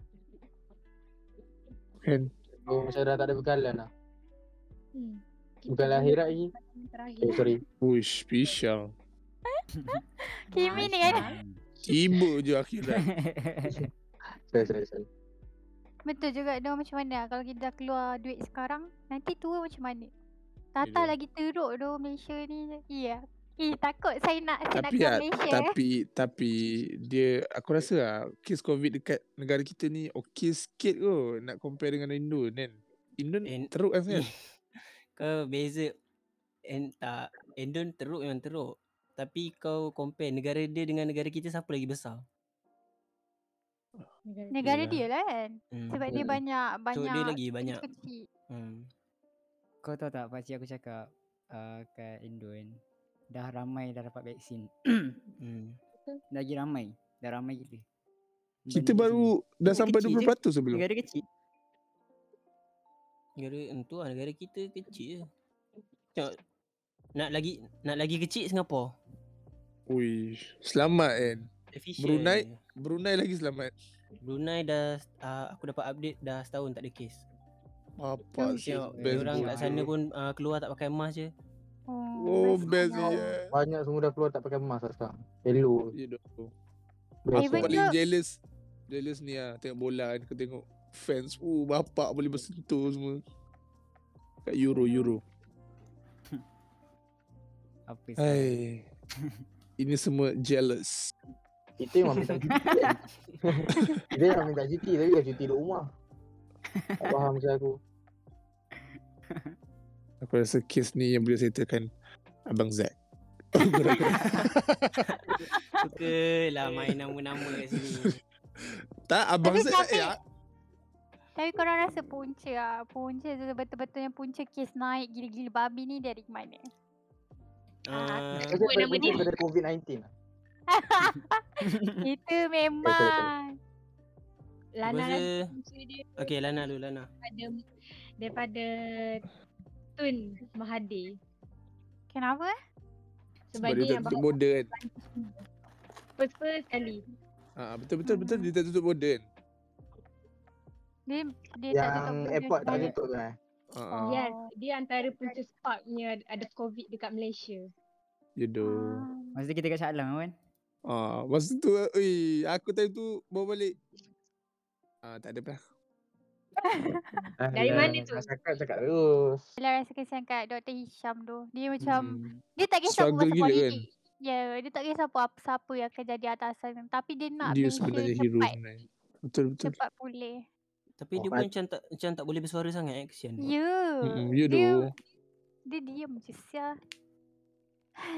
Kan?
Oh, macam dah tak ada bekalan lah.
Hmm. Kita
Bukan
belum
akhirat lagi.
pandang
Eh,
Terakhir.
sorry.
Uish, pisang.
Kimi ni kan.
Tiba je akhirat.
Sorry, sorry, sorry.
Betul juga dia macam mana kalau kita dah keluar duit sekarang nanti tua macam mana.
Ya,
Tata
Yelah.
lagi teruk tu Malaysia ni. Iya. Eh takut saya nak saya nak
Tapi
keluar
ah,
Malaysia. eh.
tapi tapi dia aku rasa lah kes COVID dekat negara kita ni okey sikit kot nak compare dengan Indo kan. Indo
In- Hmm.
teruk kan sekarang.
Kau beza en, tak Endon teruk memang teruk Tapi kau compare negara dia dengan negara kita Siapa lagi besar
Negara-
Negara
Yelah.
dia lah kan.
hmm.
Sebab dia
Mm.
banyak
So
banyak
dia lagi banyak
kecil-kecil.
hmm.
Kau tahu tak pakcik aku cakap uh, kat Indo kan. Dah ramai dah dapat vaksin.
Hmm.
Lagi ramai. Dah ramai gila.
Kita
Banding
baru dah
Negara
sampai
kecil je.
20% sebelum.
Negara kecil Negara Itu lah negara kita kecil je Tengok Nak lagi Nak lagi kecil Singapura
Ui, selamat kan.
Efficient
Brunei?
je.
Brunei lagi selamat.
Brunei dah uh, Aku dapat update Dah setahun tak ada kes
Bapak
Okey.
si
Tengok
best
Dia orang
gila.
kat sana pun uh, Keluar tak pakai mask je
Oh, best
bestnya.
ya.
Banyak semua dah keluar tak pakai mask lah sekarang. Hello.
Eh,
Ya doh.
Best
Even
lah.
Aku paling
though-
jealous Jealous ni lah Tengok bola kan Kau tengok fans Uh bapak boleh bersentuh semua Kat Euro Euro
Apa sih?
Hai Ini semua jealous
Kita memang minta cuti kan. Kita memang minta cuti tapi dah cuti duduk rumah. Tak faham saya aku.
Aku rasa kes ni yang boleh settlekan Abang Zack. Gerak-gerak.
Sukalah lah main nama-nama kat sini.
tak, Abang
Tapi
Zack.
tapi-
Eh, ah,
Tapi korang rasa punca lah. Punca tu betul-betulnya punca kes naik gila-gila babi ni dari mana?
Ah,
Ah,
Rasa
Apa nama
daripada-
dia? Eh,
Daripada COVID-19 lah.
Itu memang.
Aku
Lana
rasa-
rasa punca dia
okay Lana dulu Lana.
daripada, daripada Tun Mahathir.
Kenapa? eh?
sebab
Sebab, dia,
dia tak
yang bawa
tutup border kan.
first-first sekali.
Ah, betul-betul betul dia tak tutup border kan.
Dia, dia tak
Yang
tutup pintu
airport tak
dia.
tutup tu eh.
Ah, ah,
Ya.
Yes, dia antara punca sebabnya ada- ada COVID dekat Malaysia.
Jodoh.
Ah.
Masa tu kita kat Shah Alam kan?
Ah, masa tu, ui, aku time tu bawa balik. Ah, tak ada pernah.
Dari
Alah,
mana tu?
nak Cakap cakap terus.
Yelah rasa kesian kat Dr. Hisham tu. Dia
Hmm.
macam,
Hmm.
dia tak kisah
Struggle
bukan
gila kan?
politik. Ya, yeah, dia tak kisah apa siapa yang akan jadi atasan tapi dia nak
dia
Malaysia
sebenarnya hero
cepat
sebenarnya. Betul-betul.
cepat pulih.
Tapi dia
Oh,
pun macam tak macam tak boleh bersuara sangat eh kesian.
Ya. Yeah.
Mm-mm, Jodoh.
Dia diam je sia.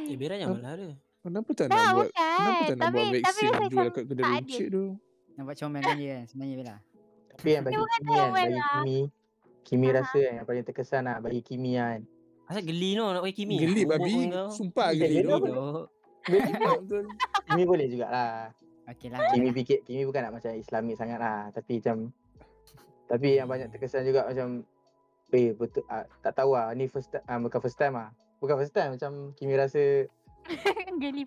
Eh Bira jangan marah dia.
Kenapa tak nak
Tak,
buat
bukan.
Kenapa tak nak
tapi,
buat vaksin
tapi
jual
macam
kat kedai
tak adil.
runcit tu?
Nampak comel kan dia kan sebenarnya Bella.
Tapi yang bagi Kimi
tahu
kan. Bagi
lah.
Kimi. Kimi rasa kan yang paling terkesan lah bagi Kimi kan.
Asal geli no nak pakai kimi.
Geli
Bobok
babi.
pun kau.
Sumpah
Eh,
geli
geli
tu.
apa?
Betul.
Kimi boleh jugalah.
Okey lah.
Kimi fikir Kimi bukan nak macam Islamik sangat lah tapi macam tapi yang banyak terkesan juga macam eh betul ah, tak tahu lah ni first time ah, bukan first time ah. Bukan first time macam Kimi rasa
Geli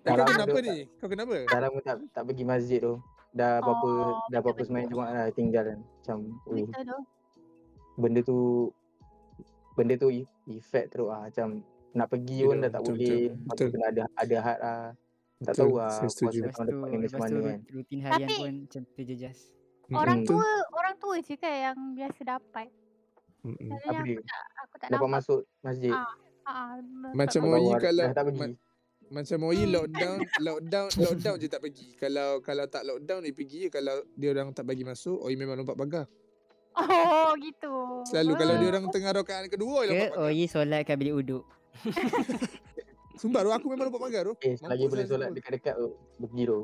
Eh,
Dalam
Kau
pula.
kenapa
tu
ni? Kau kenapa?
dah lama tak tak pergi masjid tu. Dah berapa
Oh,
dah berapa
betul-betul.
semain Jumaat lah tinggal kan. Macam eh,
Oh.
Betul tu.
benda tu benda tu e- efek teruk ah macam nak pergi
Ya,
pun dah tak
betul,
boleh.
betul,
Lepas tu
betul.
kena ada ada had ah.
Betul,
Tak tahu lah
Saya setuju.
puasa
Lepas
tahun
tu,
depan ni macam
lepas tu
mana kan.
rut- rutin harian
Tapi-
pun macam terjejas.
Orang
Mm-mm. Mm.
tua, orang tua je kan yang biasa dapat.
Mm-mm.
Apa
Selalunya aku
dia?
tak aku tak
Dapat
nampak.
masuk masjid.
Ah, Ah, nampak
Macam
macam-
orang
Bawa-
kalau-
dah tak pergi.
Macam Moi lockdown, lockdown, lockdown je tak pergi. Kalau kalau tak lockdown dia pergi, kalau dia orang tak bagi masuk, Oi memang lompat pagar.
Oh, gitu.
Selalu kalau
Oh.
dia orang tengah rakaat kedua, Oi
Ke
lompat pagar.
Oyi solat kat bilik uduk.
Sumpah tu aku memang lompat pagar tu.
Eh, selagi
Mampus
boleh
lah
solat
semua.
dekat-dekat tu, pergi tu.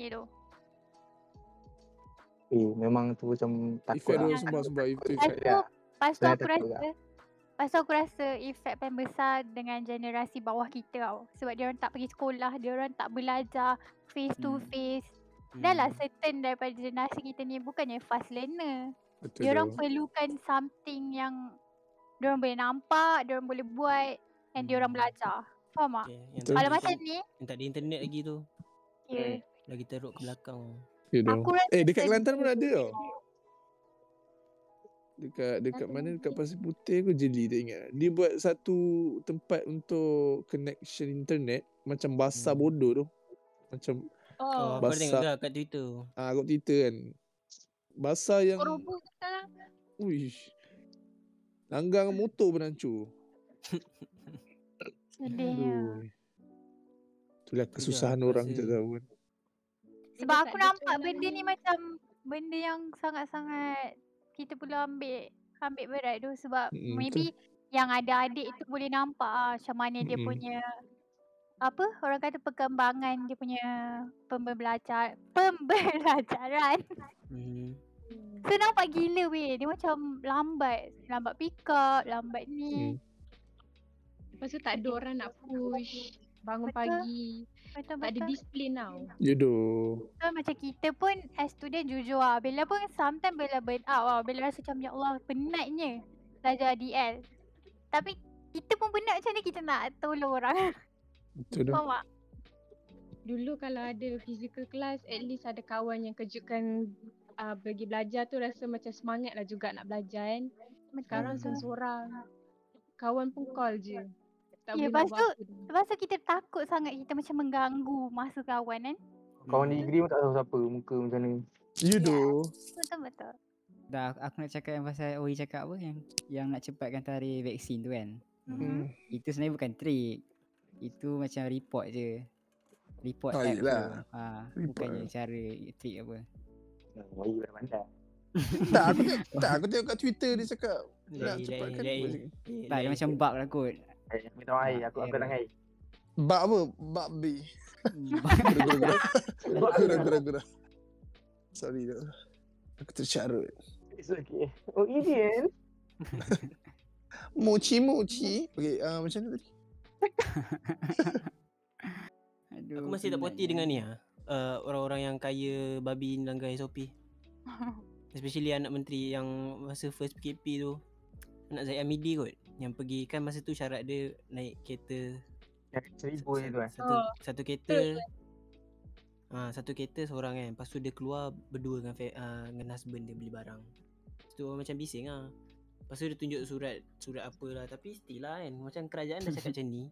Ya tu.
Eh, memang tu macam takut
Effect tu
lah.
sumpah sumpah itu
Lepas
effect.
tak
tu,
ada.
lepas tu
Sebenarnya
aku
tak tahu
rasa Lepas tu aku rasa efek paling besar dengan generasi bawah kita tau. Sebab dia orang tak pergi sekolah, dia orang tak belajar face to
Hmm.
face. Dah lah
Hmm.
Hmm.
certain daripada generasi kita ni bukannya fast learner.
Betul.
Dia orang
tu.
perlukan something yang dia orang boleh nampak, dia orang boleh buat and dia orang
Hmm.
belajar. Faham tak?
Okay, yang
Betul.
tak
Kalau
ada
macam
inter-
ni,
yang tak ada internet lagi tu.
ya.
Lagi teruk ke belakang.
Ya tu.
Aku rasa
Eh dekat Kelantan pun
sedih.
ada tau. Dekat
Hmm.
dekat mana dekat Pasir Putih aku jeli tak ingat. Dia buat satu tempat untuk connection internet macam basah
Hmm.
bodoh tu. Macam
Oh,
Oh,
aku ada tengok
Basah.
ke kat Twitter.
ah aku Twitter kan. Basah yang
Korobu sekarang.
uish. Langgang motor pun hancur.
Sedihnya.
Aduh. Itulah kesusahan
aku
orang
rasa-
kita tahu kan.
Sebab
Dia
aku
tak ada
nampak
tunang
benda ni
ni.
macam benda yang sangat-sangat kita perlu ambil ambil berat tu sebab
Mm-mm, Hmm, betul.
mm, maybe yang ada adik tu boleh nampak ah, macam mana dia
Mm-mm.
punya apa orang kata perkembangan dia punya pembelajar pembelajaran.
Hmm.
So nampak gila weh dia macam lambat, lambat pick up, lambat
Hmm.
ni.
Lepas tu tak ada orang nak push. Bangun
Betul.
pagi.
Betul
Tak ada
betul.
disiplin tau.
Jodoh.
So, macam kita pun as student jujur lah. Bella pun sometimes Bella burn out lah. Bella rasa macam ya Allah penatnya belajar DL. Tapi kita pun penat macam mana kita nak tolong orang.
Betul tu.
Faham tak?
Dulu kalau ada physical class, at least ada kawan yang kejutkan uh, pergi belajar tu rasa macam semangat lah juga nak belajar kan. Sekarang
Hmm.
seorang-seorang. Kawan pun call je. Tak
Ya,
boleh nak
lepas
buat
tu-
apa dah.
Lepas tu kita takut sangat kita macam mengganggu masa kawan kan.
Kawan degree pun tak tahu siapa muka macam ni.
Jodoh.
Betul-betul.
Dah aku, aku nak cakap yang pasal Oyi cakap apa yang yang nak cepatkan tarikh vaksin tu kan.
Hmm.
Mhm.
Itu sebenarnya bukan trick. Itu macam report je. Report
Ah,
app
yelah.
tu. Ha,
Report
bukannya cara trick apa.
Wahyu pada lah, pandai.
tak aku tengok, tak aku tengok kat Twitter dia cakap Nak cepatkan apa
lain.
cakap?
Tak, dia macam bug lah kot.
Eh, minum air.
Ah,
Aku aku
error.
nak air.
Bak apa? Bak B
Bug.
Gura-gura Gura-gura Sorry tu Aku tercarut
It's okay. Oh, Indian.
Mochi mochi Okay uh, macam mana tadi?
Aduh,
Aku masih tak
penat
puati
ni.
dengan ni ah. Uh, orang-orang yang kaya babi langgar SOP. Especially anak menteri yang masa first PKP tu. Anak Zaid Amidi kot. Yang pergi kan masa tu syarat dia naik kereta
Yang seribu je tu eh.
satu,
Oh.
satu kereta. Ah, satu kereta seorang kan. Lepas tu dia keluar berdua dengan fa- ah, dengan husband dia beli barang. Lepas tu orang macam bising ah. Lepas tu dia tunjuk surat surat apalah tapi still lah kan. Macam kerajaan dah cakap macam ni.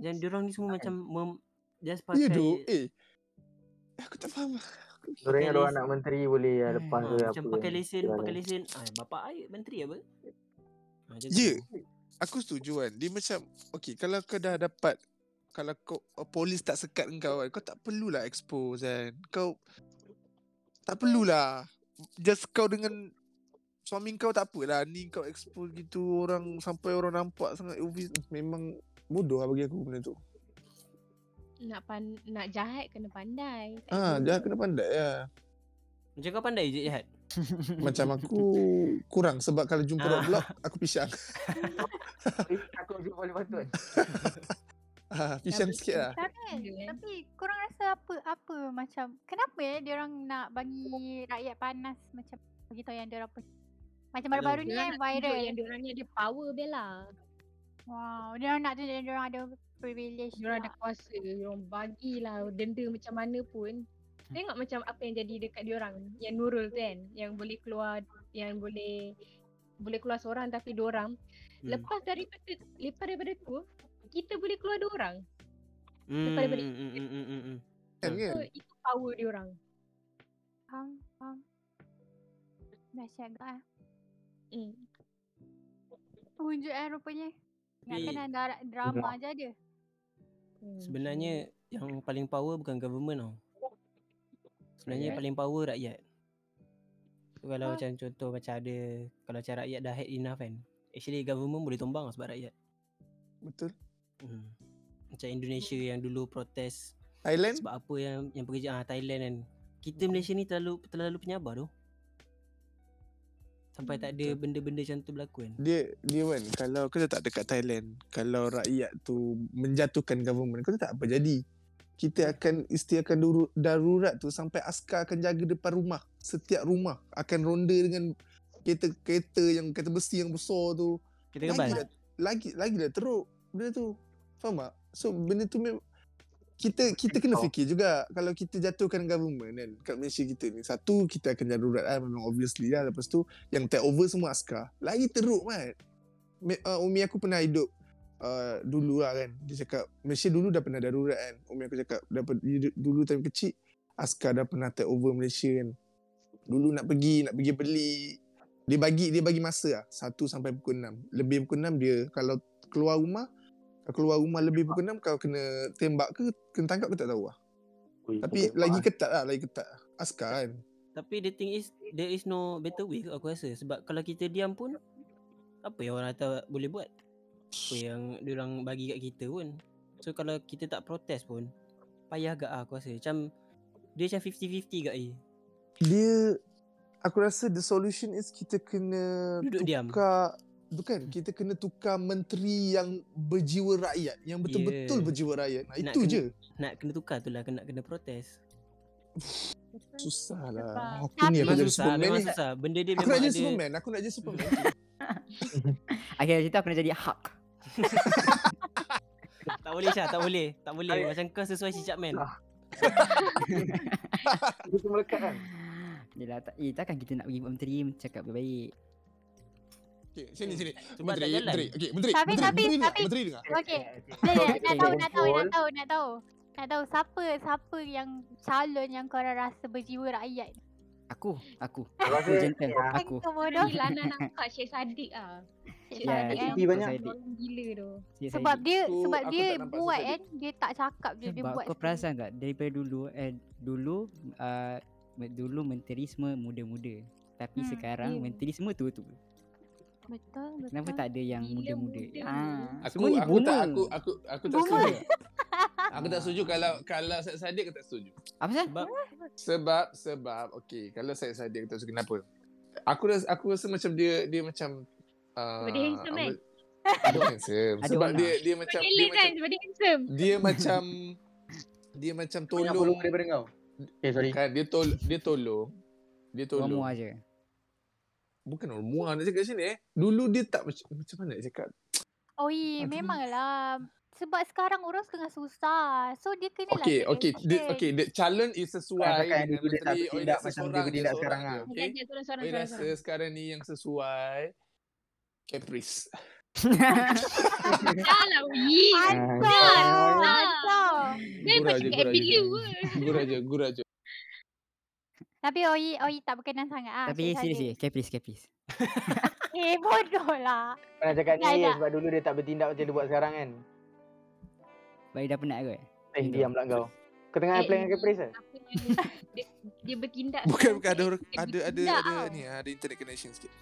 Dan diorang ni
Kan?
semua macam mem just pakai
Ya doh Eh Aku tak faham lah.
Orang
Pakai
yang
lesen.
anak menteri boleh lah
Eh,
lepas
Ha,
tu
macam
apa
pakai
ni.
lesen,
Macam
pakai
mana.
lesen. Ah, bapak air menteri apa? Ha, macam tu.
Ya Aku setuju kan Dia macam Okay kalau kau dah dapat Kalau kau uh, Polis tak sekat kau kan Kau tak perlulah expose kan Kau Tak perlulah Just kau dengan Suami kau tak apalah Ni kau expose gitu Orang Sampai orang nampak sangat obvious. Memang Bodoh lah bagi aku benda tu
Nak pan nak jahat kena pandai. Tak
Ah,
boleh.
Dia kena pandai ya.
Macam kau pandai je jahat.
Macam aku Kurang sebab kalau jumpa
Ah.
roadblock Aku pisang
Eh, Aku juga boleh eh. patut.
Ah, Pisang
Tapi-
sikit lah
Tapi,
Gila, eh.
tapi korang rasa apa apa macam kenapa eh dia orang nak bagi rakyat panas macam bagi tahu yang dia orang apa. Macam
Kalau
baru-baru ni
Diorang
kan
nak tunjuk
viral.
Yang diorang ni ada power Bella.
Wow, dia orang nak tunjuk yang dia orang ada privilege.
Diorang ada
pula.
kuasa. Diorang bagilah denda macam mana pun. Tengok macam apa yang jadi dekat diorang. Yang Nurul tu kan. Yang boleh keluar. Yang boleh boleh keluar seorang tapi diorang.
Hmm.
Hmm. Lepas daripada lepas daripada tu kita boleh keluar dua orang.
Hmm,
Lepas daripada-
hmm, hmm, hmm, hmm, hmm, hmm.
Kan
Ah.
kan
So itu power diorang.
Faham, faham. Dahsyat agak ah.
Hmm.
Tunjuk eh rupanya.
Tapi-
Ingatkan ada drama je ada.
Hmm.
Sebenarnya yang paling power bukan government tau. Sebenarnya
Rakyat.
paling power rakyat. So, kalau
Ah.
macam contoh macam ada kalau macam rakyat dah had enough kan. Actually government boleh tumbang lah sebab rakyat.
Betul
Hmm. Macam Indonesia yang dulu protes
Thailand
sebab apa yang yang pekerja ah, Thailand kan. Kita Malaysia ni terlalu terlalu penyabar tu. Sampai tak ada benda-benda macam tu berlaku kan.
dia dia kan kalau kau tak dekat Thailand kalau rakyat tu menjatuhkan government kau tak apa jadi kita akan isti akan duru- darurat tu sampai askar akan jaga depan rumah setiap rumah akan ronda dengan kereta kereta yang kereta besi yang besar tu
Kita kebal.
lagi dah, lagi lagi dah teruk benda tu faham tak so benda tu memang kita kita kena
Kau.
fikir juga kalau kita jatuhkan government kan kat Malaysia kita ni satu kita akan darurat lah memang obviously lah lepas tu yang take over semua askar lagi teruk mat Me, uh, umi aku pernah hidup uh, dulu lah kan dia cakap Malaysia dulu dah pernah darurat kan umi aku cakap dapat dulu time kecil askar dah pernah take over Malaysia kan dulu nak pergi nak pergi beli dia bagi dia bagi masa lah 1 sampai pukul 6 lebih pukul 6 dia kalau keluar rumah kalau keluar rumah lebih pukul 6 kau kena tembak ke kena tangkap ke tak tahu lah
Ui,
tapi
tembak
lagi
ah.
ketat lah lagi ketat askar kan
Tapi the thing is there is no better way kot aku rasa sebab kalau kita diam pun apa yang orang atas boleh buat? Apa yang diorang bagi kat kita pun. So kalau kita tak protes pun payah gak ah, aku rasa. Macam dia macam 50-50 gak eh.
dia aku rasa the solution is kita kena
Duduk diam.
tukar bukan kita kena tukar menteri yang berjiwa rakyat yang betul-betul
Yeah.
berjiwa rakyat nah,
Nak
itu
kena-
je
Nak kena tukar tu lah kena kena protes.
susah lah
Sebab-
aku ni aku
Memang
jadi
susah,
superman
memang
ni
susah. Benda dia
aku
memang
nak jadi
ada
superman aku nak jadi superman
Akhirnya cerita aku nak jadi hak.
Tak boleh Syah, tak boleh. Tak boleh. Macam kau sesuai cicak man.
Itu melekat kan.
Yelah, tak, eh, takkan kita nak pergi buat menteri cakap baik-baik.
okay, sini sini
Sebab
menteri
tak jalan.
menteri okey menteri
Tapi-
menteri
tapi-
menteri dengar,
tapi-
menteri dengar
Okey.
Eh,
Okay,
Ya, ya, nak
okay.
tahu, nak tahu, nak
Kumpul.
tahu, nak tahu. Nak tahu siapa siapa yang calon yang korang rasa berjiwa rakyat. Kan
Aku, aku.
Aku
Aku
rasa-
gentle,
ya.
aku.
Kau bodoh.
Tapi Lana lah nampak Syed Saddiq ah. Syed
Ya,
Saddiq kan.
Siti banyak.
Syed Saddiq.
Orang gila tu.
Sikit saya
Kan Sebab
edit.
dia
Itu
sebab
aku
dia
tak nampak
buat
sebab
kan, dia tak cakap je dia
Sebab
buat.
kau
sendiri.
perasan tak daripada dulu eh dulu uh, dulu menteri semua muda-muda. Tapi
Hmm,
sekarang
ya.
menteri semua tua-tua.
Betul, betul.
Kenapa tak ada yang
Bila
muda-muda?
muda.
Ah,
Aku
ni
aku tak
boomer.
aku aku aku tak
Boomer.
setuju. Aku tak setuju kalau kalau Syed Saddiq aku tak setuju.
Apa sah?
Sebab
Sebab sebab okey kalau Syed Saddiq aku tak setuju kenapa? Aku rasa aku rasa macam dia dia macam uh,
Sebab dia handsome, kan?
Dia handsome.
Ada
Sebab
orang.
dia dia macam
Sebab
dia
dia kan
macam
sebab dia handsome.
dia macam dia macam
Banyak follower
tolong
daripada kau. Okay, sorry.
kan dia tol dia tolong dia
Orang
tolong
mua je.
bukan orang muar nak cakap sini eh dulu dia tak macam macam mana nak cakap
Oh, ye,
Aduh.
memanglah. Sebab sekarang orang setengah susah. So, dia kena lah.
Okay, okay, the, okay. The calon is
Bukan,
sesuai
takkan
dengan
dia tak
menteri. Oi,
bertindak
rasa
macam dia
seorang je,
bertindak
seorang
sekarang
je.
lah.
Okay,
Sekejap, sorang, sorang,
oi
sorang,
lah.
rasa sekarang ni yang sesuai. Caprice.
sorang. Dah lah, wee.
Kacau.
ya.
Ah.
Kacau.
Dia
Gurau
macam
je,
kat
gurau
bila
je.
ke?
Gurau je, gurau je.
Tapi Oi, Oi tak berkenan sangat. Ah,
Tapi
Syed
serius
Saddiq.
je. Caprice, Caprice.
Eh, bodoh lah.
Kau nak cakap
Tak,
ni
tak.
sebab dulu dia tak bertindak macam dia buat sekarang kan.
Baik dah penat kot.
Eh,
Betul.
diam pula kau. Kau
Eh,
tengah apply dengan eh? Caprice ke?
Apa yang dia, dia, dia bertindak
Bukan
tu,
bukan ada orang-
dia
ada ada
bertindak
ada
tau.
ni ada internet connection sikit.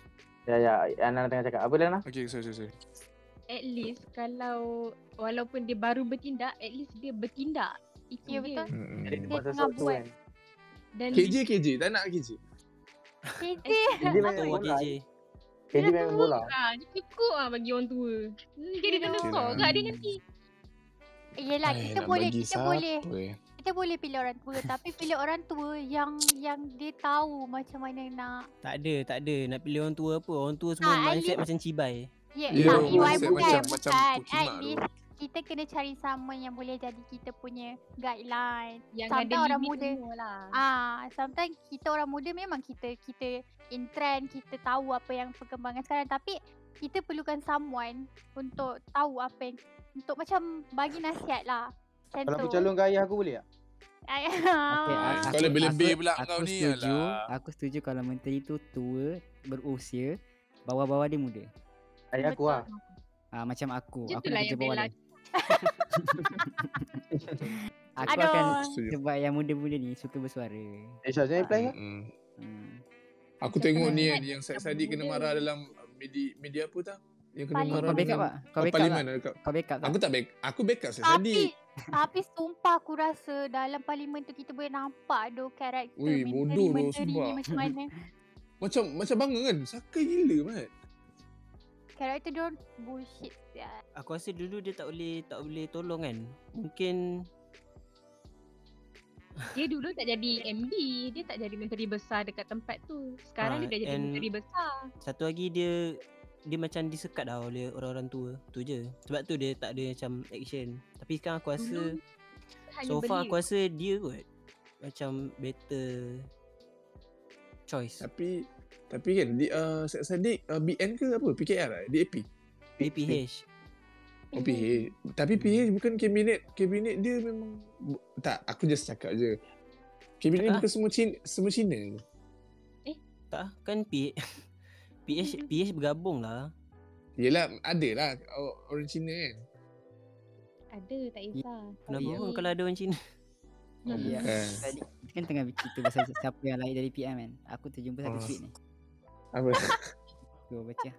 Ya, ya. Anak tengah cakap. Apa
Eh,
Lana?
Okay, sorry sorry sorry.
At least kalau walaupun dia baru bertindak, at least dia bertindak. Itu
Ya,
dia.
betul.
Mm-mm.
Dia buat
tengah
sesuatu
buat.
kan.
Dan
KJ KJ tak nak KJ.
KJ.
KJ
tak
main
tahu
bola.
KJ.
KJ main bola.
Ah, dia cukup ah bagi orang tua. Hmm, Dia ada
Betul.
dinosaur
Okey
kat
lah.
dia nanti.
Yelah,
Ai,
Lah, kita
nak
boleh,
bagi
kita boleh.
siapa eh?
Kita boleh pilih orang tua. Tapi pilih orang tua yang yang dia tahu macam mana nak
Tak ada, tak ada. Nak pilih orang tua apa? Orang tua semua
Ah, at
mindset
least-
macam cibai.
Ya,
Ya,
tak,
orang
UI
mindset macam-
bukan,
macam
bukan. At
Pukimak tu.
least kita kena cari someone yang boleh jadi kita punya guideline.
Yang
Sampai
ada
orang
limit
muda.
semua lah.
Ah, sometimes kita orang muda memang kita kita in trend, kita tahu apa yang perkembangan sekarang tapi kita perlukan someone untuk tahu apa yang untuk macam bagi nasihat lah. Macam
Kalau aku
tu.
calon ayah aku boleh tak?
Ay-
Okay,
Ah,
aku-
kau lebih-lebih
aku-
pula
aku
kau ni,
setuju,
alah.
Aku setuju kalau menteri tu tua, berusia, bawah-bawah dia muda.
Ayah aku lah.
Ah, macam aku.
Macam
aku
tu
nak
lah
kerja
yang
bawah
Bella
dia. aku
Aduh.
akan
Setuju.
sebab yang muda-muda ni suka bersuara.
Eh, Syah, macam mana apply kau?
Mm-mm.
Hmm.
Aku tengok ni
Macam
kan yang Syed Saddiq kena
muda.
marah dalam media media apa tak? Yang kena
Parlimen.
Kau,
marah
kau backup tak? Kau
dalam Oh,
backup
parlimen
tak?
ada kat-
Kau backup tak?
Aku tak back aku backup Syed
tapi
Saddiq.
tapi sumpah aku rasa dalam parlimen tu kita boleh nampak doh karakter
Ui, bodoh doh,
menteri-menteri ni
sumpah.
macam mana.
Macam macam bangga kan? Saka gila mat.
Karakter dia orang bullshit ya.
Aku rasa dulu dia tak boleh tak boleh tolong kan. Mungkin
Dia dulu tak jadi MD, dia tak jadi menteri besar dekat tempat tu. Sekarang
Ah,
dia dah jadi
and-
menteri besar.
satu lagi dia dia macam disekat dah oleh orang-orang tua. Tu je. Sebab tu dia tak ada macam action. Tapi sekarang aku rasa
Dulu kan Hanya
so far
belia.
aku rasa dia kot macam better choice.
Tapi tapi kan di uh, Syed Saddiq uh, BN ke apa? PKR eh? DAP.
DPH.
Oh,
Mhm.
PH. Tapi PH bukan kabinet. Kabinet dia memang bu- tak aku just cakap je. Kabinet
Cakap
bukan semua Cina, semua Cina.
Tak ah, kan P PH PH bergabung lah.
Yelah, ada lah o- orang Cina kan.
Ada, tak kisah.
Kenapa
Ya.
pun kalau ada orang Cina.
Oh,
Ya.
bukan.
Tadi kita kan tengah cerita pasal siapa yang lain dari PM kan. Aku terjumpa satu
Oh.
tweet ni.
Apa?
Kau baca.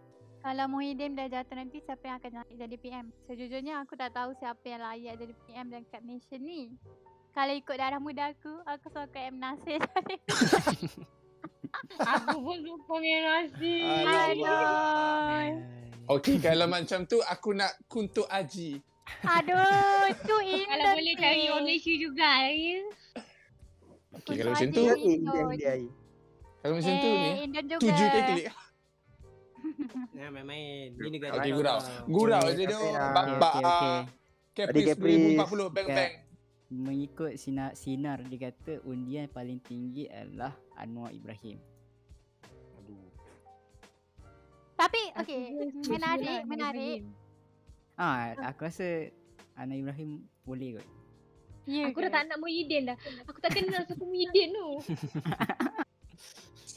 Kalau Muhyiddin dah jatuh nanti siapa yang akan naik jadi PM? Sejujurnya aku tak tahu siapa yang layak jadi PM dan kat Malaysia ni. Kalau ikut darah muda aku, aku suka M Nasir.
Aku pun lupa
Ah,
yang nasi.
ya.
Ya
Aduh.
Okey, kalau macam tu aku nak kuntuk Aji.
Aduh, tu indah.
Kalau boleh cari orang Malaysia juga ya.
Okey, kalau macam tu,
Kuntuk Haji.
kalau macam tu ni
Eh, Indon Eh, juga.
tujuh kali.
Nah, main-main. Dia negara lah.
Okey,
kau
gurau.
tau.
Gurau
Okey,
je dia.
okey, Ya. ah.
Okey,
Bambak.
okey, okey.
Caprice
Caprice.
2040 bang
Kat-
bang.
Mengikut sinar sinar dia kata undian paling tinggi adalah Anwar Ibrahim.
Tapi, okey. Menarik, menarik.
Ah, aku rasa Anwar Ibrahim boleh kot.
Ya
Aku
ke?
dah tak nak Muhyiddin dah. Aku tak kenal siapa Muhyiddin tu.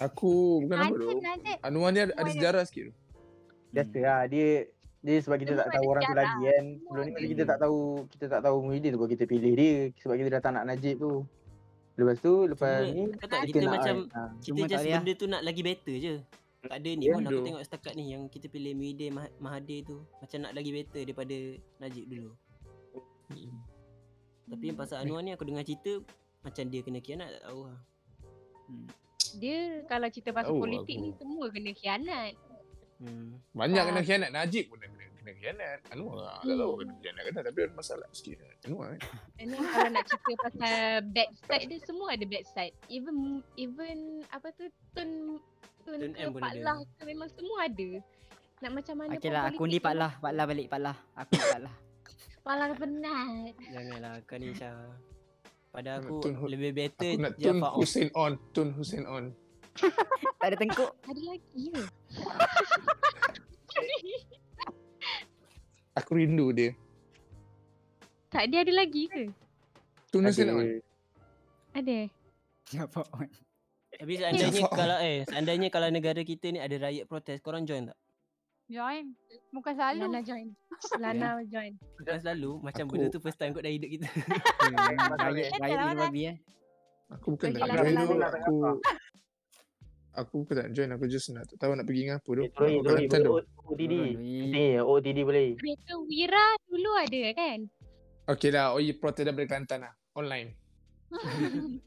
Aku bukan apa
Najib,
tu.
Najib.
Anuar ni ada, ada
Anuar ni-
sejarah sikit tu.
Hmm.
Biasa lah. Dia dia sebab kita
Semua
tak tahu
ada
orang tu
jarak.
lagi
lah.
kan.
Semua
Sebelum ni
ada.
masa kita tak tahu kita tak tahu Muhyiddin tu baru kita pilih dia sebab kita dah tak nak Najib tu. Lepas tu lepas
Cuma,
ni
kau tak, Hmm. kita
nak
macam
ah,
kita
Cuma tak
just
boleh lah.
benda tu nak lagi better je. Tak ada ni
Ya,
pun aku
doh.
tengok setakat ni yang kita pilih Muhyiddin Mah- Mahathir tu macam nak lagi better daripada Najib dulu. Tapi yang pasal Anwar ni aku dengar cerita macam dia kena kianat tak tahu lah.
Dia kalau cerita pasal
Tahu
politik
aku.
ni semua kena khianat.
Hmm.
Banyak
Ah.
kena khianat Najib pun dah kena, kena khianat Anwar lah Tak tahu kena khianat ke tak Tapi ada masalah sikit Anwar kan
And then kalau nak cerita pasal bad side dia semua ada bad side. Even even apa tu tun tun
Tun
ke
M pun
Pak
ada.
Lah ke memang semua ada. Nak macam mana
Okey lah, aku undi Pak Lah. Pak Lah balik Pak Lah. Aku undi Pak Lah.
Pak Lah penat.
Janganlah kau ni Syah. Pada aku
Tun Hu-
lebih better
Aku nak Tun
Jaafar Off.
Hussein on Tun Hussein on
Tak ada tengkuk.
Ada lagi ke?
Aku rindu dia
Tak dia ada lagi ke?
Tun Hussein on
Ada.
Siapa on?
Tapi seandainya
Jaafar Off.
kalau eh seandainya kalau negara kita ni ada riot protes korang join tak?
Join. Bukan selalu.
Lana join. Lana join.
Bukan selalu macam
Ya. Aku-
benda tu first time kot dalam hidup kita.
Rakyat
Kan
rakyat
tak
ni
lawan.
babi eh.
Aku bukan
Pergi
nak
lah
join
jalan
tu
tu.
Aku Aku bukan tak join Aku just nak tak tahu nak pergi dengan apa tu
Eh,
Aku
Droi, Droi,
Kelantan tu
boleh O- OTD.
Droi.
Penting ya, OTD boleh.
Kereta Wira dulu ada kan?
Okay lah Oh you protest daripada Kelantan lah Online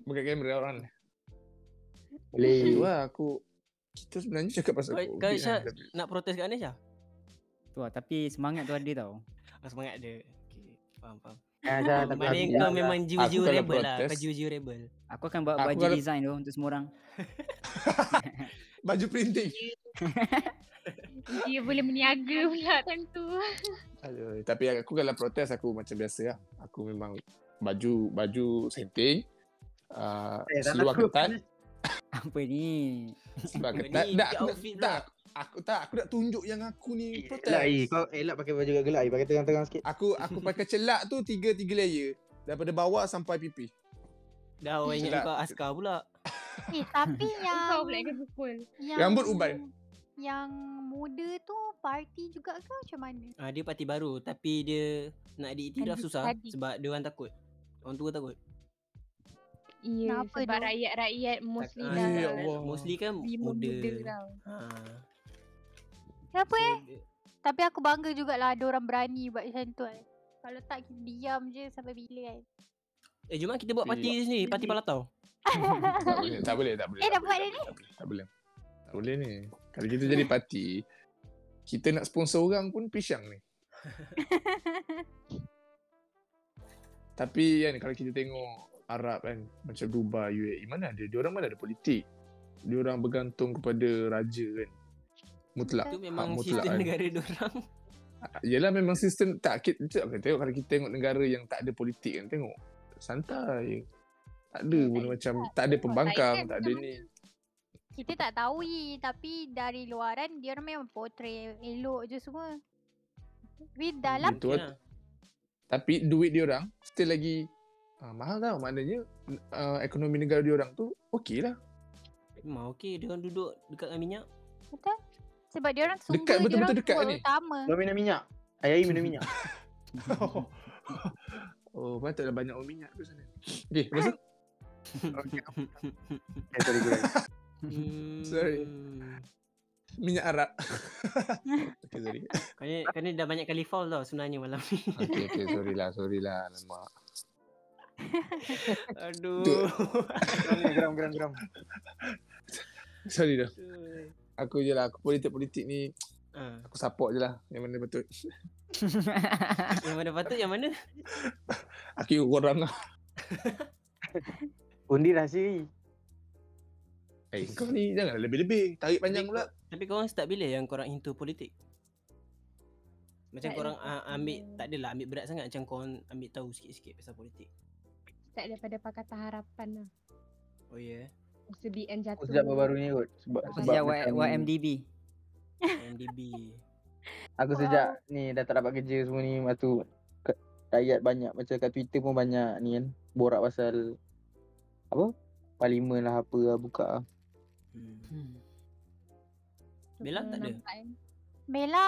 Bukan kamera orang
Boleh.
Itu lah aku Kita sebenarnya cakap pasal
Kau-
COVID
kau
lah,
Syah-
tapi-
Nak protes kat mana Syah?
Tu lah, tapi semangat tu ada tau.
Oh, semangat dia. Okey, faham faham.
Ah, jangan takut.
aku-
Mana kau
Jangan.
memang jiwa-jiwa
kalau
rebel lah. Kau
protes-
jiwa-jiwa rebel.
Aku akan buat
Aku
baju
kalau-
design tu untuk semua orang.
Baju printing
Dia boleh meniaga pula time tu.
Aduh, tapi aku kalau protes aku macam biasa lah. Aku memang baju baju senting. Uh,
Eh, tak
seluar
takut.
kan.
ketat,
Apa ni?
seluar
Apa
ketat.
ni?
Tak,
Dia
aku,
outfit
tak, aku tak, aku nak tunjuk yang aku ni
Eh,
protes.
Elak, eh. Kau elak pakai baju gelap, gelap. eh. Pakai terang-terang sikit.
Aku aku pakai celak tu tiga tiga layer daripada bawah sampai pipi.
Dah orang
Sedap.
ingat kau askar pula.
Eh tapi
Kau
yang,
pula kena pukul.
yang
Rambut uban.
Yang muda tu party juga ke macam mana?
Ah dia parti baru tapi dia nak diiktiraf
Kan
susah
tadi.
sebab dia orang takut. Orang tua takut.
Ya,
Kenapa
sebab
tu?
rakyat-rakyat
Tak-
muslim
ah,
dah.
Ya
kan?
Allah.
Mostly kan
Lima
muda.
muda lah. tau.
Ha.
Kenapa eh?
So, dia-
Tapi aku bangga jugalah ada orang berani buat macam tu kan. Kalau tak kita diam je sampai bila kan.
Eh jom lah kita buat parti
Relax.
di sini, parti palatau.
tak boleh, tak boleh, tak boleh.
Eh,
tak
dah buat
boleh,
dah
tak boleh, Tak boleh. Tak boleh ni. Kalau kita jadi parti, kita nak sponsor orang pun pisang ni. Tapi kan kalau kita tengok Arab kan macam Dubai, UAE mana ada dia orang mana ada politik. Dia orang bergantung kepada raja kan. Mutlak.
Itu
hak
memang
mutlak
sistem
kan.
negara dia orang.
Yelah memang sistem tak kita tak kita tengok kalau kita tengok negara yang tak ada politik kan tengok santai. Tak ada pun macam tak ada pembangkang,
kan,
Thailand
tak ada
macam
ni.
Kita tak tahu ye, tapi dari luaran dia orang memang portray elok je semua. Tapi dalam
Betul.
Mungkin lah.
Tapi duit dia orang still lagi uh, mahal tau. Maknanya uh, ekonomi negara dia orang tu okey lah.
Memang okey dia orang duduk dekat dengan minyak.
betul? Sebab dia orang sumber
Hmm. Dekat,
dia
betul-betul
orang
dekat
sumber
ni.
utama.
Kau minum minyak. Air minum minyak.
oh, patutlah banyak orang minyak tu sana. Okay, lepas tu? okay.
Eh, sorry, guys.
Hmm.
Sorry. Minyak Arab. okay, sorry.
Kau ni, kau ni dah banyak kali foul tau sebenarnya malam ni.
Okay, okay, sorry lah, sorry lah. Alamak.
Aduh.
Geram, geram, geram.
Sorry dah. Aku je lah, aku politik-politik ni,
Ah,
aku support je lah. Yang mana betul.
yang mana patut yang mana?
Aku ikut korang lah.
Undi rahsia ni.
Eh, kau ni janganlah lebih-lebih. Tarik panjang pula.
Tapi korang start bila yang korang into politik? Macam
Tak
korang
ada.
uh, ambil, tak adalah ambil berat sangat Macam korang ambil tahu sikit-sikit pasal politik
Start daripada Pakatan Harapan lah.
Oh ya
Masa BN jatuh.
Oh,
Aku sejak baru ni kot. Sebab, sebab
Sejak Y-
macam-
YMDB.
yeah. MDB
Aku sejak ni dah tak dapat kerja semua ni Lepas tu kat- Rakyat banyak Macam kat Twitter pun banyak ni kan Borak pasal Apa Parlimen lah apa lah buka lah
hmm.
Hmm.
Bella tak ada?
Nampak kan?
Bella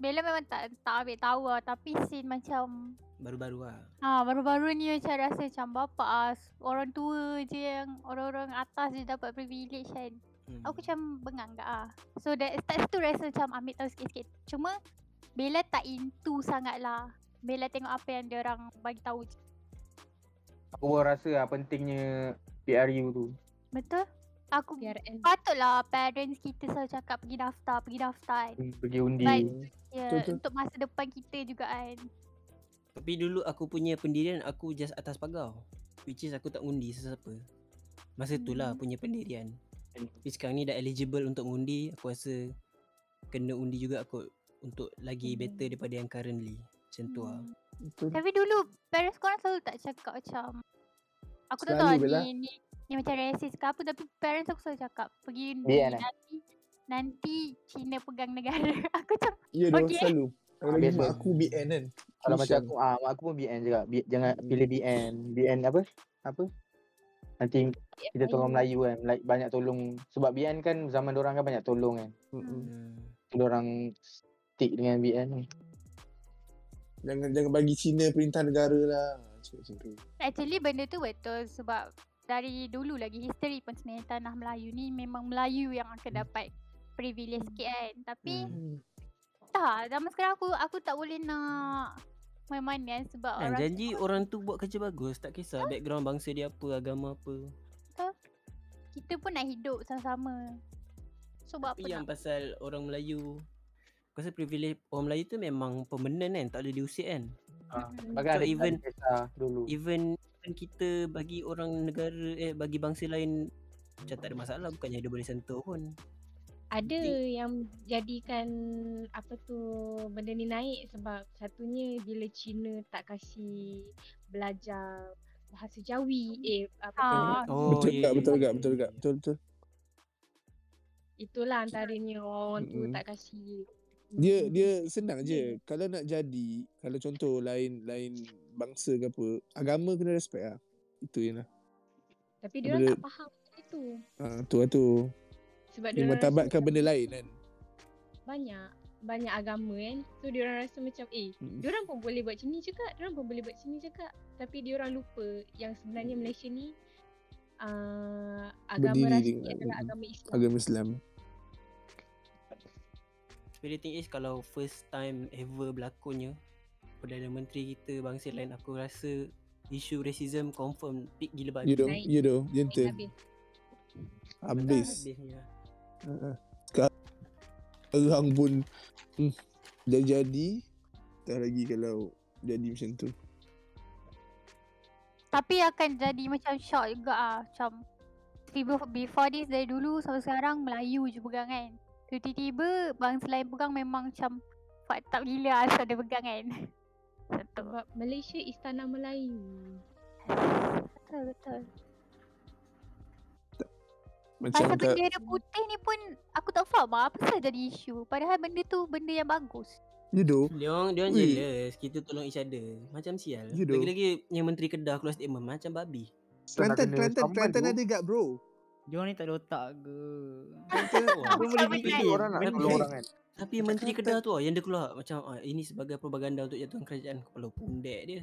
Bella memang tak tak ambil tahu lah tapi scene macam
Baru-baru lah
ha baru-baru ni macam rasa macam bapak ah, s- orang tua je yang orang-orang atas je dapat privilege kan.
Hmm.
Aku macam bengang tak ah. So that, that's tu rasa macam ambil tahu sikit-sikit. Cuma Bella tak into sangat lah. Bella tengok apa yang dia orang bagi tahu. je.
Aku pun rasa lah pentingnya PRU tu.
Betul? Aku
PRN.
patutlah parents kita selalu cakap pergi daftar, pergi daftar kan.
Pergi undi.
Baik. Ya,
Betul, betul.
untuk masa depan kita juga kan.
Tapi dulu aku punya pendirian aku just atas pagar. Which is aku tak undi sesiapa. Masa tu lah
Hmm.
punya pendirian. Tapi sekarang ni dah eligible untuk undi, aku rasa kena undi juga aku untuk lagi
Hmm.
better daripada yang currently. Macam tu lah.
Hmm.
Betul. ah.
Tapi dulu parents korang selalu tak cakap macam Aku tak tahu
Selalu, Bella.
lah ni, ni, ni macam racist ke apa tapi parents aku selalu cakap pergi undi
Biar lah.
nanti nanti Cina pegang negara. aku macam
Ya, dia orang
Okey.
selalu. Kalau lagi
Biasa.
mak aku BN kan.
Kalau macam
Tuition.
aku, ah, mak aku pun BN juga. B, jangan pilih BN. BN apa? Apa? Nanti kita tolong Melayu kan. Melayu, banyak tolong. Sebab BN kan zaman orang kan banyak tolong kan.
Mm-mm.
Hmm.
Orang stick dengan BN ni.
Jangan jangan bagi Cina perintah negara lah. Cakap macam tu.
Actually benda tu betul sebab dari dulu lagi history pun sebenarnya tanah Melayu ni memang Melayu yang
Hmm.
akan dapat privilege sikit kan. Tapi
Hmm.
tak, zaman sekarang aku aku tak boleh nak main-main kan sebab
Kan,
orang
janji orang tu buat kerja bagus, tak kisah background bangsa dia apa, agama apa.
kita pun nak hidup sama-sama. So buat apa
Tapi yang
nak?
pasal orang Melayu, aku rasa privilege orang Melayu tu memang permanent kan, tak boleh diusik kan.
Bahkan ada
So, even-
even kisah dulu.
even even kita bagi orang negara eh bagi bangsa lain macam tak ada masalah bukannya dia boleh sentuh pun
Ada yang jadikan apa tu benda ni naik sebab satunya bila Cina tak kasi belajar bahasa Jawi eh apa tu
Ah.
Oh,
betul tak, betul
ya, ya, ya,
tak,
ya,
betul
ya,
tak,
ya.
betul betul.
itulah antaranya orang tu
Mm-mm.
tak kasi
Dia
Hmm.
dia senang je. Kalau nak jadi, kalau contoh lain lain bangsa ke apa, agama kena respect lah. Itu je lah.
tapi dia orang
bila-
tak faham benda tu
Ha, tu lah tu.
sebab
Dia
dia
martabatkan benda lain kan.
banyak banyak agama kan so dia orang rasa macam eh
Mm.
Diorang pun boleh buat macam ni juga Diorang pun boleh buat macam ni juga Tapi diorang lupa Yang sebenarnya Malaysia ni uh, Agama
Berdiri
rasmi
dengan-
adalah
mm,
agama Islam
Agama Islam.
Tapi the thing is kalau first time ever berlakonnya Perdana Menteri kita bangsa lain aku rasa isu racism confirm peak gila
You
babi
know,
Naik.
you know,
Lain
gentle.
habis.
Habis.
Habisnya.
Ha, ha. Ka- Orang pun hmm, dah jadi tak lagi kalau jadi macam tu.
Tapi akan jadi macam shock juga ah macam tiba before this dari dulu sampai sekarang Melayu je pegang kan. Tu Tiba-tiba bangsa lain pegang memang macam fucked up gila asal dia pegang kan. Satu.
Sebab Malaysia Istana Melayu
Betul betul.
Macam
Pasal
kat,
bendera putih ni pun aku tak faham lah. apa pasal jadi isu. Padahal benda tu benda yang bagus.
you know,
Dia orang dia orang
Weh.
jealous kita tolong each other. Macam sial.
You know.
Lagi-lagi yang menteri Kedah keluar statement macam babi.
Kelantan,
kena
Kelantan,
sambal
Kelantan
tu.
ada gak bro?
Dia orang ni tak ada otak ke?
Wah,
Apa boleh
Sampai
dipilih
kan?
orang nak
Sampai
tolong
kan?
orang kan.
Tapi menteri Kedah tu ah yang dia keluar macam ah, ini sebagai propaganda untuk jatuhkan kerajaan kepala pundek dia.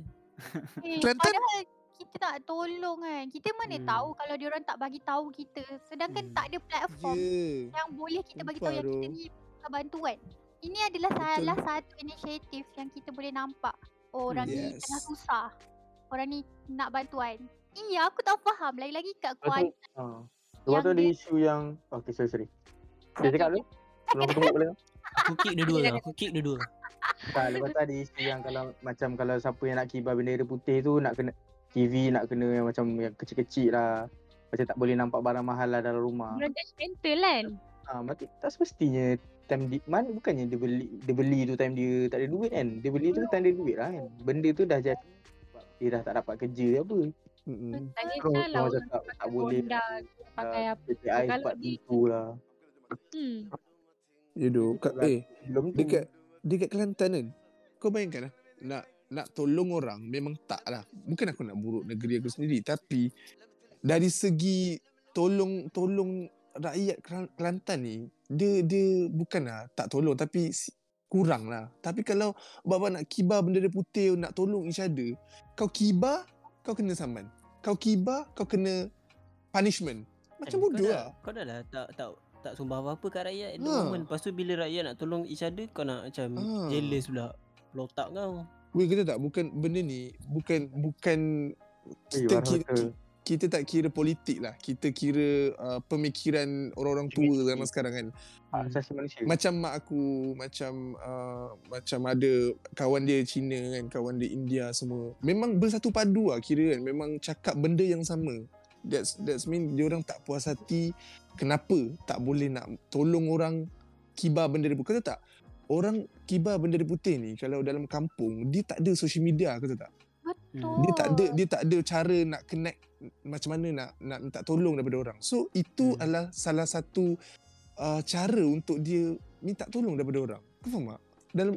Eh,
Kelantan-
padahal kita tak tolong kan. Kita mana
Hmm.
tahu kalau dia orang tak bagi tahu kita. Sedangkan
Hmm.
tak ada platform
Yeah.
yang boleh kita bagi tahu
Sumpah
yang kita
tu.
ni bukan bantuan. Ini adalah
Betul.
salah satu inisiatif yang kita boleh nampak. Oh, orang ni tengah
Yes.
susah. Orang ni nak bantuan. Iya, aku tak faham. Lagi-lagi kat
Lepas tu,
kuat.
ha. Lepas tu
Yang
ada
dia-
isu yang Okay sorry sorry Dia cakap dulu Sebelum aku tengok boleh
Aku kick dua-dua lah. Aku kick dua-dua.
Tak lepas tu ada isu yang kalau Macam kalau siapa yang nak kibar bendera putih tu Nak kena TV nak kena yang macam yang kecil-kecil lah Macam tak boleh nampak barang mahal lah dalam
Ah.
rumah
Orang judgemental kan
ha, Mati tak semestinya Time di, mana bukannya dia beli Dia beli tu time dia tak ada duit kan Dia beli tu time dia duit lah kan Benda tu dah jadi Dia dah tak dapat kerja apa
Mm-mm.
Tak
Terus orang
kisahlah orang
cakap tak
pakai
boleh
Honda ke, Pakai apa
PPI
Kalau
cepat
dia-
pintu lah
hmm.
You know, kat, eh,
Belum tu
dekat dekat Kelantan kan. Kau bayangkan lah. Nak nak tolong orang memang tak lah. Bukan aku nak buruk negeri aku sendiri tapi dari segi tolong tolong rakyat Kelan- Kelantan ni dia dia bukan lah tak tolong tapi si- kurang lah. Tapi kalau bapa nak kibar bendera putih nak tolong each other, kau kibar kau kena saman. Kau kibar kau kena punishment. Macam
Eh,
bodoh
kau dah,
lah.
Kau dah lah tak tak tak sumbang apa-apa kat rakyat at the
Ha.
moment. Lepas tu bila rakyat nak tolong each other kau nak macam
Ha.
jealous pula. Lotak kau.
Weh kata tak bukan benda ni bukan bukan kita
barang
kira,
betul.
kita tak kira politik lah. Kita kira uh, pemikiran orang-orang tua zaman sekarang kan.
Hak asasi manusia.
Macam mak aku, macam uh, macam ada kawan dia Cina kan, kawan dia India semua. Memang bersatu padu lah kira kan. Memang cakap benda yang sama. That's that's mean dia orang tak puas hati kenapa tak boleh nak tolong orang kibar bendera putih. Kata tak? Orang kibar bendera putih ni kalau dalam kampung dia tak ada social media kata tak?
Betul.
dia tak ada
Ah.
dia tak ada cara nak connect macam mana nak nak minta tolong daripada orang. So itu
Hmm.
adalah salah satu uh, cara untuk dia minta tolong daripada orang. Kau faham tak? Dalam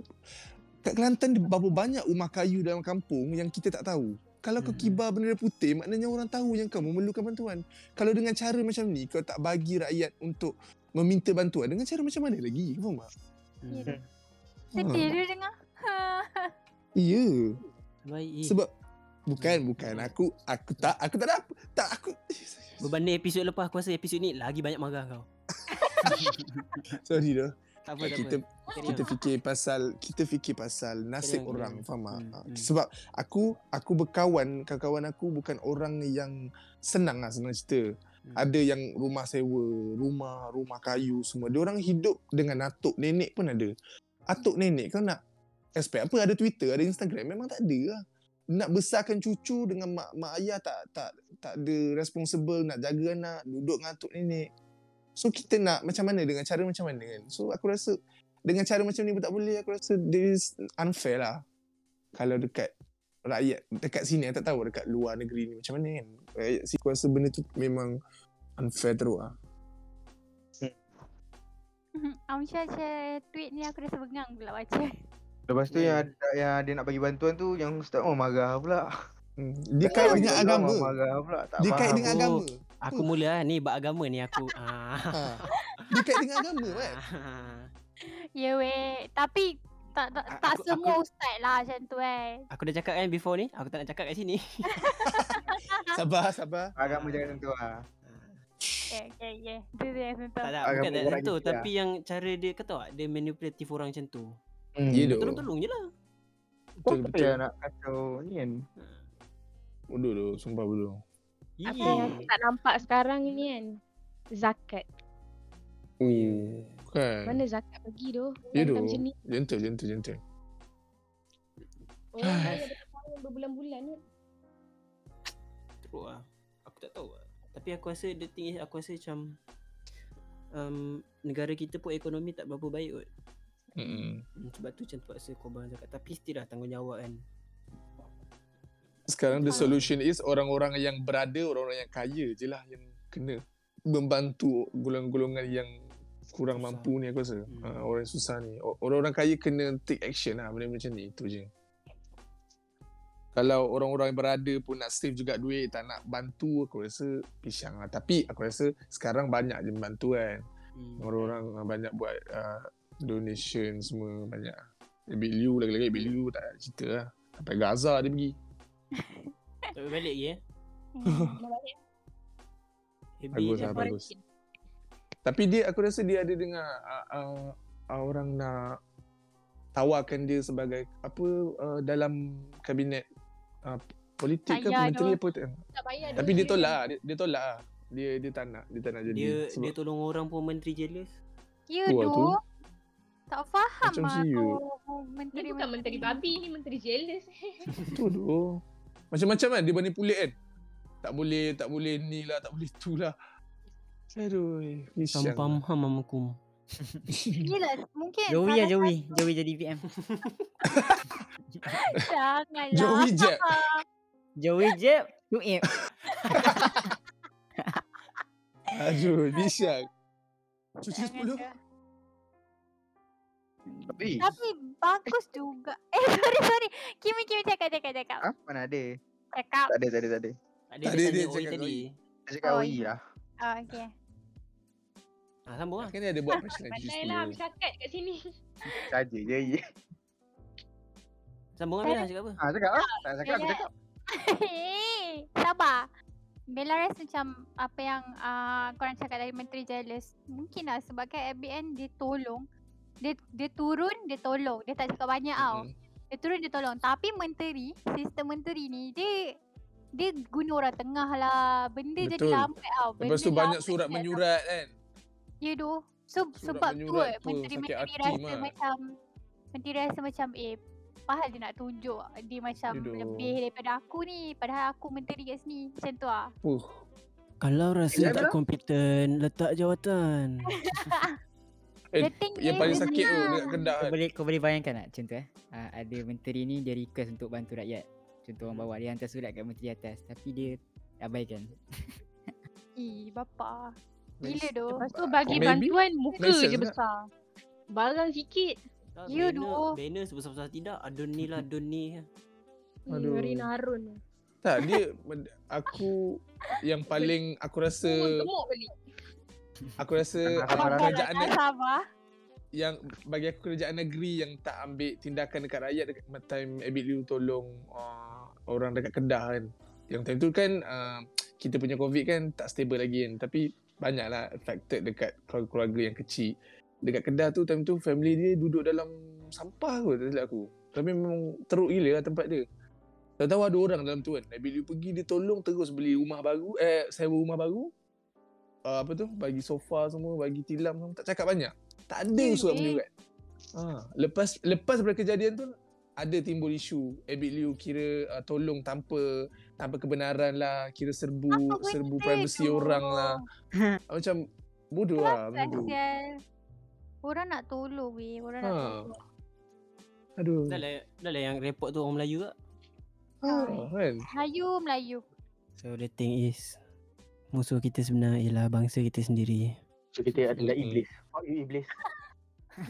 kat Kelantan ada berapa banyak rumah kayu dalam kampung yang kita tak tahu. Kalau kau
Hmm.
kibar bendera putih, maknanya orang tahu yang kau memerlukan bantuan. Kalau dengan cara macam ni, kau tak bagi rakyat untuk meminta bantuan. Dengan cara macam mana lagi? Kau faham tak?
Ya,
Hmm.
Sedih dia dengar.
Ya. Yeah.
Baik. eh.
Sebab bukan bukan
Hmm.
aku aku tak aku tak ada apa. Tak aku
Berbanding episod lepas aku rasa episod ni lagi banyak marah kau.
sorry dah.
Tak apa, tak
kita
apa. Carry
kita
on.
fikir pasal kita fikir pasal nasib
Kena, kena.
orang faham tak?
Hmm,
Ah,
hmm.
sebab aku aku berkawan kawan-kawan aku bukan orang yang senang lah senang cerita
Hmm.
ada yang rumah sewa rumah rumah kayu semua dia orang hidup dengan atuk nenek pun ada atuk nenek kau nak expect apa ada Twitter ada Instagram memang tak ada lah nak besarkan cucu dengan mak mak ayah tak tak tak ada responsible nak jaga anak duduk dengan atuk nenek so kita nak macam mana dengan cara macam mana kan so aku rasa dengan cara macam ni pun tak boleh aku rasa this unfair lah kalau dekat rakyat dekat sini aku tak tahu dekat luar negeri ni macam mana kan rakyat sini aku rasa benda tu memang unfair teruk lah
Amsyar Mhm. Ah, share tweet ni aku rasa bengang pula baca.
Lepas tu
Ya.
yang, ada- yang dia nak bagi bantuan tu yang ustaz oh marah pula.
hmm. dia kait
Ustaz
dengan
Omar
agama
Marah pula tak
dia kait
faham.
dengan
Oh.
agama
Aku mula lah ni bab agama ni aku. Ah.
ha. dia kait dengan agama kan
Ya weh. Tapi tak tak,
A-
tak
aku-
semua
aku-
ustaz lah macam tu eh.
Aku dah cakap kan before ni, aku tak nak cakap kat sini.
sabar sabar
agama jangan sentuh lah.
Okay, okay, okay. Itu dia yang sentuh.
Tak tak
Agama
bukan tak
orang gitu
tentu
lah.
tapi yang cara dia kau tahu tak dia manipulatif orang macam tu.
Hmm.
Ya, dok.
Tolong-tolong je lah.
Betul,
betul
betul.
betul
nak kacau ni kan.
bodoh doh sumpah bodoh
Apa yang aku tak nampak sekarang ni kan Zakat
oh kan
Mana zakat pergi tu
ya
Orang
doh
tak macam ni
gentle gentle gentle
Orang bayar bertahun berbulan-bulan kan
teruk lah. Aku tak tahu lah. Tapi aku rasa the thing is aku rasa macam um, negara kita pun ekonomi tak berapa baik kot.
Mm-mm.
Hmm, Sebab tu macam terpaksa korban zakat. Tapi still lah tanggungjawab kan.
Sekarang the
Ah.
solution is orang-orang yang berada, orang-orang yang kaya je lah yang kena membantu golongan-golongan yang kurang
Susah.
mampu ni aku rasa.
Hmm.
Ah, orang yang susah ni. O- Orang-orang kaya kena take action lah benda macam ni. Itu je. Kalau orang-orang yang berada pun nak save juga duit, tak nak bantu aku rasa pisang lah. Tapi aku rasa sekarang banyak je bantu kan.
Hmm.
Oh.
Orang-orang ah, banyak buat ah, donation semua banyak. Bill Liu lagi-lagi Bill Liu tak ada cerita lah. Sampai Gaza dia pergi.
Tak boleh balik lagi eh.
Hmm.
Dah balik
Heavy
Bagus
je.
lah bagus Tapi dia aku rasa dia ada dengar uh, uh, uh, orang nak tawarkan dia sebagai apa uh, dalam kabinet uh, politik ke
Tak payah
menteri
tu.
apa tak-
Tak bayar
tapi dia tolak lah, dia, dia tolak lah. dia dia tak nak dia tak nak jadi
Dia
sebab
dia tolong orang pun menteri jealous.
Ya
Tua tu.
tu. Tak faham
Macam
lah
siut.
tu
Ni
menteri
bukan menteri babi ni menteri jealous
tu doh macam-macam kan dia manipulate kan tak boleh tak boleh ni lah tak boleh tu lah aduh pisang
Sampam ham amakum.
Yelah mungkin
Joey lah
salah
Joey Joey jadi PM
satu- Janganlah
Joey Jeb
Joey Jeb Tu eh
aduh pisang cuci
Jangan
10
dah.
Tapi
Tapi bagus juga Eh sorry sorry Kimi Kimi cakap cakap cakap
ah, mana ada?
Cakap
Tak ada tak ada tak ada.
Tadi
Tak,
dia
dia- dia
tanya Oi
cakap
tadi.
Dia cakap
Oh,
oh,
ah,
lah.
Oh okay
Ah sambung lah.
kan dia ada buat pasal cuci
Pandai
10
lah habis zakat kat sini
Saja je.
Sambung lah Mira cakap apa?
"Ah,"
Ah cakap lah. Tak cakap aku
Yelah.
cakap.
Hei, Sabar Bella rasa macam apa yang uh, korang cakap dari Menteri Jealous Mungkin lah sebab kan ABN dia tolong Dia dia turun dia tolong Dia tak cakap banyak
Hmm.
tau
Mm-mm.
Dia turun dia tolong Tapi menteri Sistem menteri ni dia Dia guna orang tengah lah Benda jadi
Betul.
lambat tau Benda
Lepas tu banyak
lambat
surat
jadi
menyurat kan.
Ya doh. So,
Surat
sebab tu
menyurat tu,
eh,
sakit
menteri-menteri
hati,
rasa
Mat.
macam menteri rasa macam eh Pahal dia nak tunjuk dia macam
Ya doh.
lebih daripada aku ni Padahal aku menteri kat sini Macam tu lah
Kalau rasa
Kenapa
tak
tu?
kompeten, letak jawatan.
Eh,
The thing
Yang
is,
paling
dia
sakit tu
senang.
dekat Kedah
Kau
kan.
boleh kau boleh bayangkan tak macam tu eh. Uh, ada menteri ni dia request untuk bantu rakyat. Contoh orang bawah dia hantar surat kat menteri atas tapi dia abaikan.
Ih, bapa. Gila doh.
Lepas tu bagi
Maybe.
bantuan muka
Nonsense
je
lah.
besar. Barang sikit.
Ya, doh.
Banner sebesar-besar tidak. Adun ni lah, adun ni.
Aduh.
Aduh. Hmm, Rina Harun.
Tak, dia aku yang paling aku rasa
Pun gemuk balik.
aku rasa uh,
Sabar, sabar.
kerajaan
Tak sabar.
yang bagi aku kerajaan negeri yang tak ambil tindakan dekat rakyat dekat time Abid Liu tolong uh, orang dekat Kedah kan. Yang time tu kan uh, kita punya COVID kan tak stable lagi kan. Tapi banyaklah affected dekat keluarga-keluarga yang kecil. Dekat Kedah tu time tu family dia duduk dalam sampah kot tak silap aku. Tapi memang teruk gila lah tempat dia. Tak tahu ada orang dalam tu kan. Abid Liu pergi dia tolong terus beli rumah baru, eh sewa rumah baru. Uh, apa tu bagi sofa semua bagi tilam semua tak cakap banyak tak ada
Serious?
surat menyurat ha, lepas lepas daripada kejadian tu ada timbul isu Abid Liu kira uh, tolong tanpa tanpa kebenaran lah kira serbu
Apa
serbu
benda
privasi
tu?
orang lah macam bodoh lah benda tu
Kasihan. Orang nak tolong weh. Orang nak
Ha.
tolong.
aduh
Dah lah, dah lah yang report tu orang Melayu tak?
ha, kan
Melayu, Melayu.
So the thing is, musuh kita sebenarnya ialah bangsa kita sendiri.
So kita adalah
Hmm.
iblis. Fuck you iblis.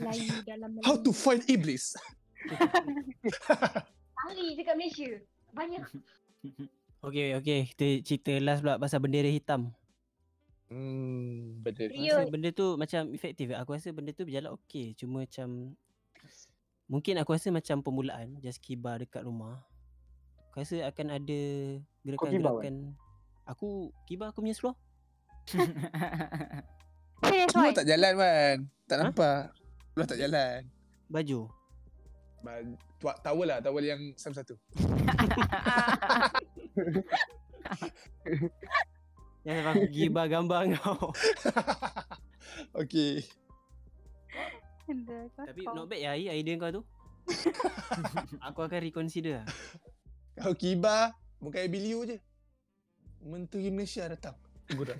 Melayu Ah, dalam Melayu.
how to fight iblis
Ahli dekat Malaysia. Banyak.
Okay, okay. Kita cerita last pula pasal bendera hitam.
hmm betul
Aku rasa
Riot.
benda tu macam efektif. tak? Aku rasa benda tu berjalan okey. Cuma macam mungkin aku rasa macam permulaan just kibar dekat rumah. Aku rasa akan ada gerakan-gerakan. Aku kibar aku punya seluar.
Serius
semua
weh.
tak jalan man tak
Ha?
nampak Lu tak jalan
Baju.
Ba- tu- towel lah towel yang sam satu
Jangan sampai aku kibar gambar kau.
okay
Tapi not bad ya Air idea kau tu. aku akan reconsider. lah.
Kau kibar Bukan Abilio je Menteri Malaysia datang Gurau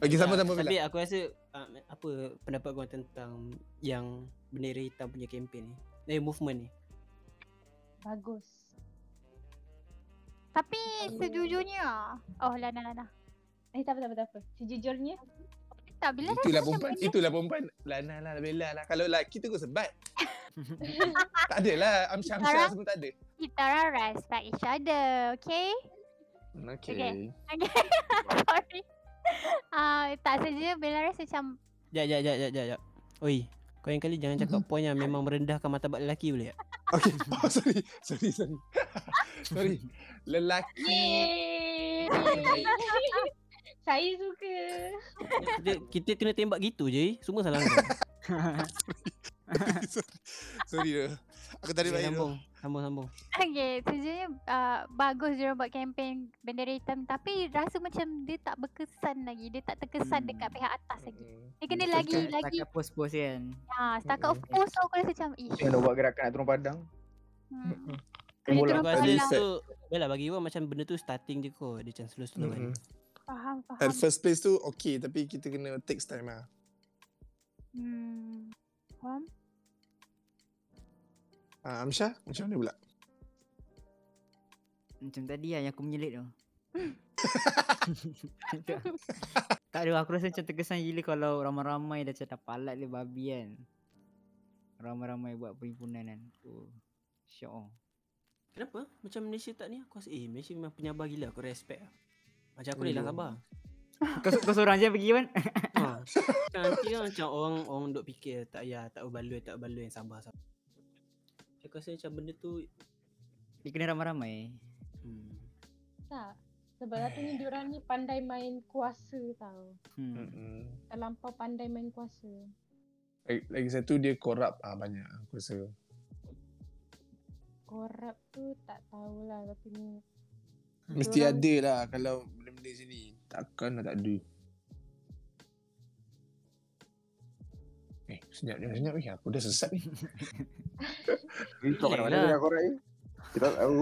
Okay
Ya,
sama-sama
Tapi
Bella
aku rasa uh, apa pendapat kau tentang yang bendera hitam punya kempen ni? Eh movement ni.
Bagus.
Tapi sejujurnya. Oh, Lana, Lana.
Eh tak apa tak apa tak apa. Sejujurnya
Tak, bila
Itulah
rasa macam
perempuan
benda-
Itulah perempuan Lana lah Bella lah Kalau lelaki tu kau sebat Tak ada lah Amsyamsyam
Sekarang-
semua tak ada
kita orang respect each other, okay?
Okay,
Okay. Sorry. Ah, tak saja Bella rasa macam
Jap jap jap jap jap. jap. Oi, kau yang kali jangan
Mhm.
cakap point yang memang merendahkan martabat lelaki boleh tak?
okay. Oh sorry Sorry sorry Sorry Lelaki
Yeay. Saya suka.
Kita, kita kena tembak gitu je. eh. Semua salah kau.
Sorry Sorry dah Aku tarik
Okay,
balik dah
sambung, sambung, sambung.
Okay, sejujurnya uh, bagus dia buat kempen bendera hitam tapi rasa macam dia tak berkesan lagi. Dia tak terkesan
Hmm.
dekat pihak atas lagi.
Mm-mm.
Dia kena
Betul,
lagi
Setakat-
lagi
Setakat post-post kan.
ha, setakat of
Mm-mm.
course aku rasa macam ish.
ya.
Dia "Eh, nak buat gerakan nak turun padang.
Hmm. Kena
Bola.
turun
Aku rasa
Boleh
padang.
set.
tu Bella bagi orang macam benda tu starting je kot. Dia macam slow-slow kan.
Mm-mm.
Faham, faham.
At first place tu okay Tapi kita kena takes time lah
Hmm. Faham?
Ah, Amsyah macam mana pula?
Macam tadi lah yang aku menyelit tu. Macam tu lah. tak ada aku rasa macam terkesan gila kalau ramai-ramai dah macam dah palat dia babi kan. Ramai-ramai buat perhimpunan kan. Oh. Syok. oh.
Kenapa? Macam Malaysia tak ni? Aku rasa eh Malaysia memang penyabar gila. Aku respect lah. Macam aku ni lah khabar.
Kau, kau seorang je pergi kan?
ha. Macam nanti kan macam orang orang duk fikir tak ya tak berbaloi tak berbaloi sabar sabar. Aku rasa macam benda tu
Dia kena ramai-ramai.
hmm.
Tak. Sebab kata ni diorang ni pandai main kuasa tau.
Hmm.
Mm-mm.
Terlampau pandai main kuasa.
Lagi, lagi satu dia korup ah banyak aku rasa.
Korap tu tak tahulah tapi ni
Mesti
Diorang-
ada lah kalau benda-benda sini. Takkan lah tak ada. Eh, senyap ni, senyap ni. Aku dah sesat ni.
kau mana-mana lah
korang ni? Kita tak tahu.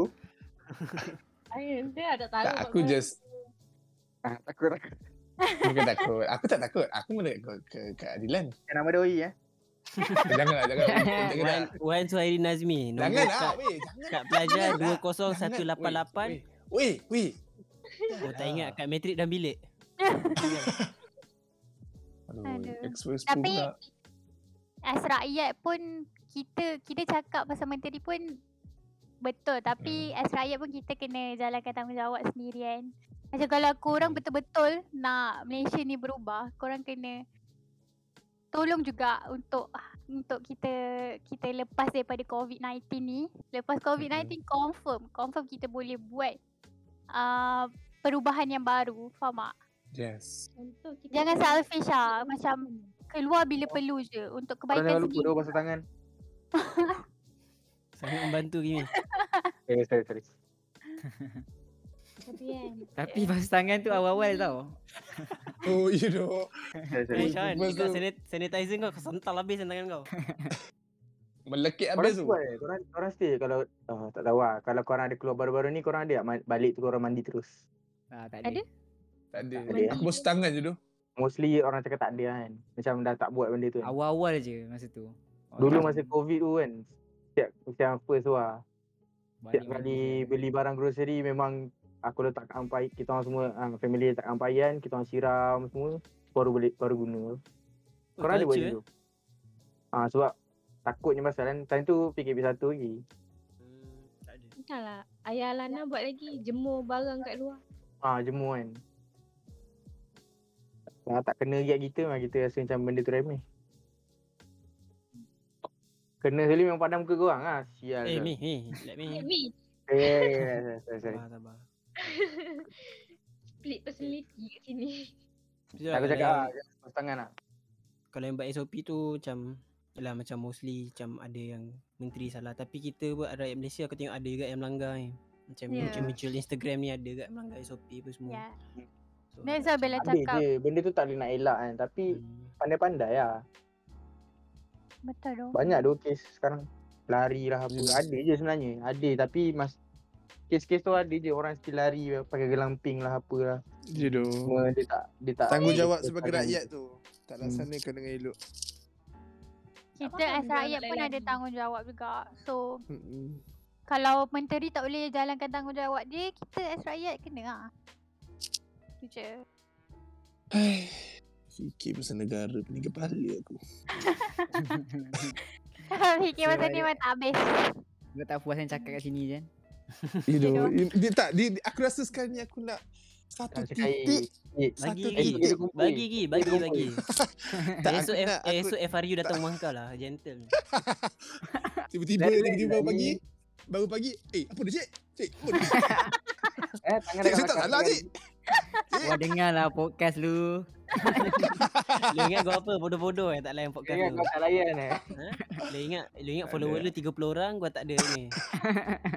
Ay, dia
Tak,
tak tahu. kan. kat
aku
korang.
just
Ah, takut takut.
Bukan takut. Aku tak takut. Aku mula ke, ke keadilan.
Kan nama doi eh.
Janganlah, jangan. Jangan.
Wan, Wan Suhairi Nazmi
Jangan lah,
Nombor kat,
weh. Jangan.
kat pelajar
Jangan lah. Jangan,
20188
Weh, weh.
Oh tak ingat kat matrik dan bilik
Aduh,
Aduh.
expose pun
Tapi
tak.
as rakyat pun kita kita cakap pasal menteri pun betul tapi
Hmm.
as rakyat pun kita kena jalankan tanggungjawab sendiri kan. Macam kalau
Hmm.
korang betul-betul nak Malaysia ni berubah, korang kena tolong juga untuk untuk kita kita lepas daripada COVID-19 ni. Lepas COVID-19
Hmm.
confirm, confirm kita boleh buat uh, perubahan yang baru. Faham tak?
Yes.
Untuk kita
Jangan
korang-
selfish lah. Macam keluar bila perlu je untuk
Oh. Korang jangan
kebaikan
lupa
sendiri.
doa basuh tangan.
Sangat membantu gini
Eh, sorry, sorry.
Tapi kan.
Tapi basuh tangan tu awal-awal tau.
Oh, you know.
Sorry, sorry.
Eh Sean
Lepas
Kau
tu-
sanit- sanitizer kau Kau sental habis tangan kau
Melekit
Korang
habis tu.
buat eh. Korang, korang stay kalau ah, tak tahu lah. Kalau korang ada keluar baru-baru ni, korang ada tak ma- balik tu korang mandi terus?
Ah, tak ada.
Ada?
Tak ada.
Ada eh.
Aku kan, basuh tangan je tu.
Mostly orang cakap tak ada kan. Macam dah tak buat benda tu kan.
Awal-awal je masa tu. Oh,
Dulu masa covid tu kan. Setiap macam first tu lah. Setiap kali beli barang grocery memang aku letak kat ampai kita orang semua ah, family letak kat ampaian, kita orang siram semua baru beli baru guna.
Oh,
Korang ada buat
culture, eh.
tu? Ah sebab takutnya pasal kan time tu PKP satu lagi.
Hmm, tak ada.
Entahlah. lah. Ayah Lana buat lagi. Jemur barang kat luar.
Ah jemur kan. Ah, tak kena giat kita memang kita rasa macam benda tu remeh. Kena sekali memang padam muka korang ah. Sial.
Eh
lah.
Mi, Mi, let
Hmm.
me.
Eh, Mi.
Eh, eh, eh, eh, sorry, sorry.
Sabar, sabar.
Split personality kat sini.
Sekejap,
Aku
kalau
cakap
yang-
ah, jangan basuh tangan ah.
kalau yang buat SOP tu macam Yalah macam mostly macam ada yang menteri salah Tapi kita buat rakyat Malaysia aku tengok ada juga yang melanggar ni Macam
Ya.
yeah. mutual Instagram ni ada juga yang melanggar SOP apa semua
Ya.
yeah. so,
That's why Bella
Ada
cakap
je. Benda tu tak boleh nak elak kan. Tapi
hmm,
pandai-pandai lah.
betul tu.
Banyak tu kes sekarang. Lari lah apa. Ada je sebenarnya. Ada tapi mas kes-kes tu ada je orang still lari pakai gelang pink lah apalah.
You know.
Cuma dia tak dia tak
Tanggungjawab
dia
sebagai
tak-
rakyat tu. Tak laksanakan dengan elok.
Kita
faham
as
juga
rakyat
nak
pun
lain
ada
lagi.
tanggungjawab juga. So
Mm-mm.
kalau menteri tak boleh jalankan tanggungjawab dia, kita as rakyat kena lah. Itu je.
Fikir pasal negara pening kepala aku.
Fikir
So,
pasal
rakyat-
ni memang tak habis.
Kau tak puas yang cakap kat sini Jan.
You know,
know.
you- dia tak, dia, dia- aku rasa sekarang ni aku nak satu
tak
titik,
cakap, eh,
Bagi
satu
lagi,
titik.
kumpul.
bagi gi, bagi
kumpul.
bagi.
Tak, aku
esok F,
nak, aku
esok FRU datang rumah kau lah, gentle.
tiba-tiba,
Lain-lain
tiba-tiba baru
lagi.
pagi, baru pagi, eh apa dia cik? Cik, apa dia cik?
Eh, tangan
Cik, saya tak
dekat belakang,
salah
tangan-
cik.
Wah dengar lah podcast lu.
Lu ingat kau apa bodoh-bodoh eh tak layan podcast
Kan?
Ingat
lu.
kau tak layan eh.
Lu ingat lu ingat follower lu 30 orang gua tak ada ni.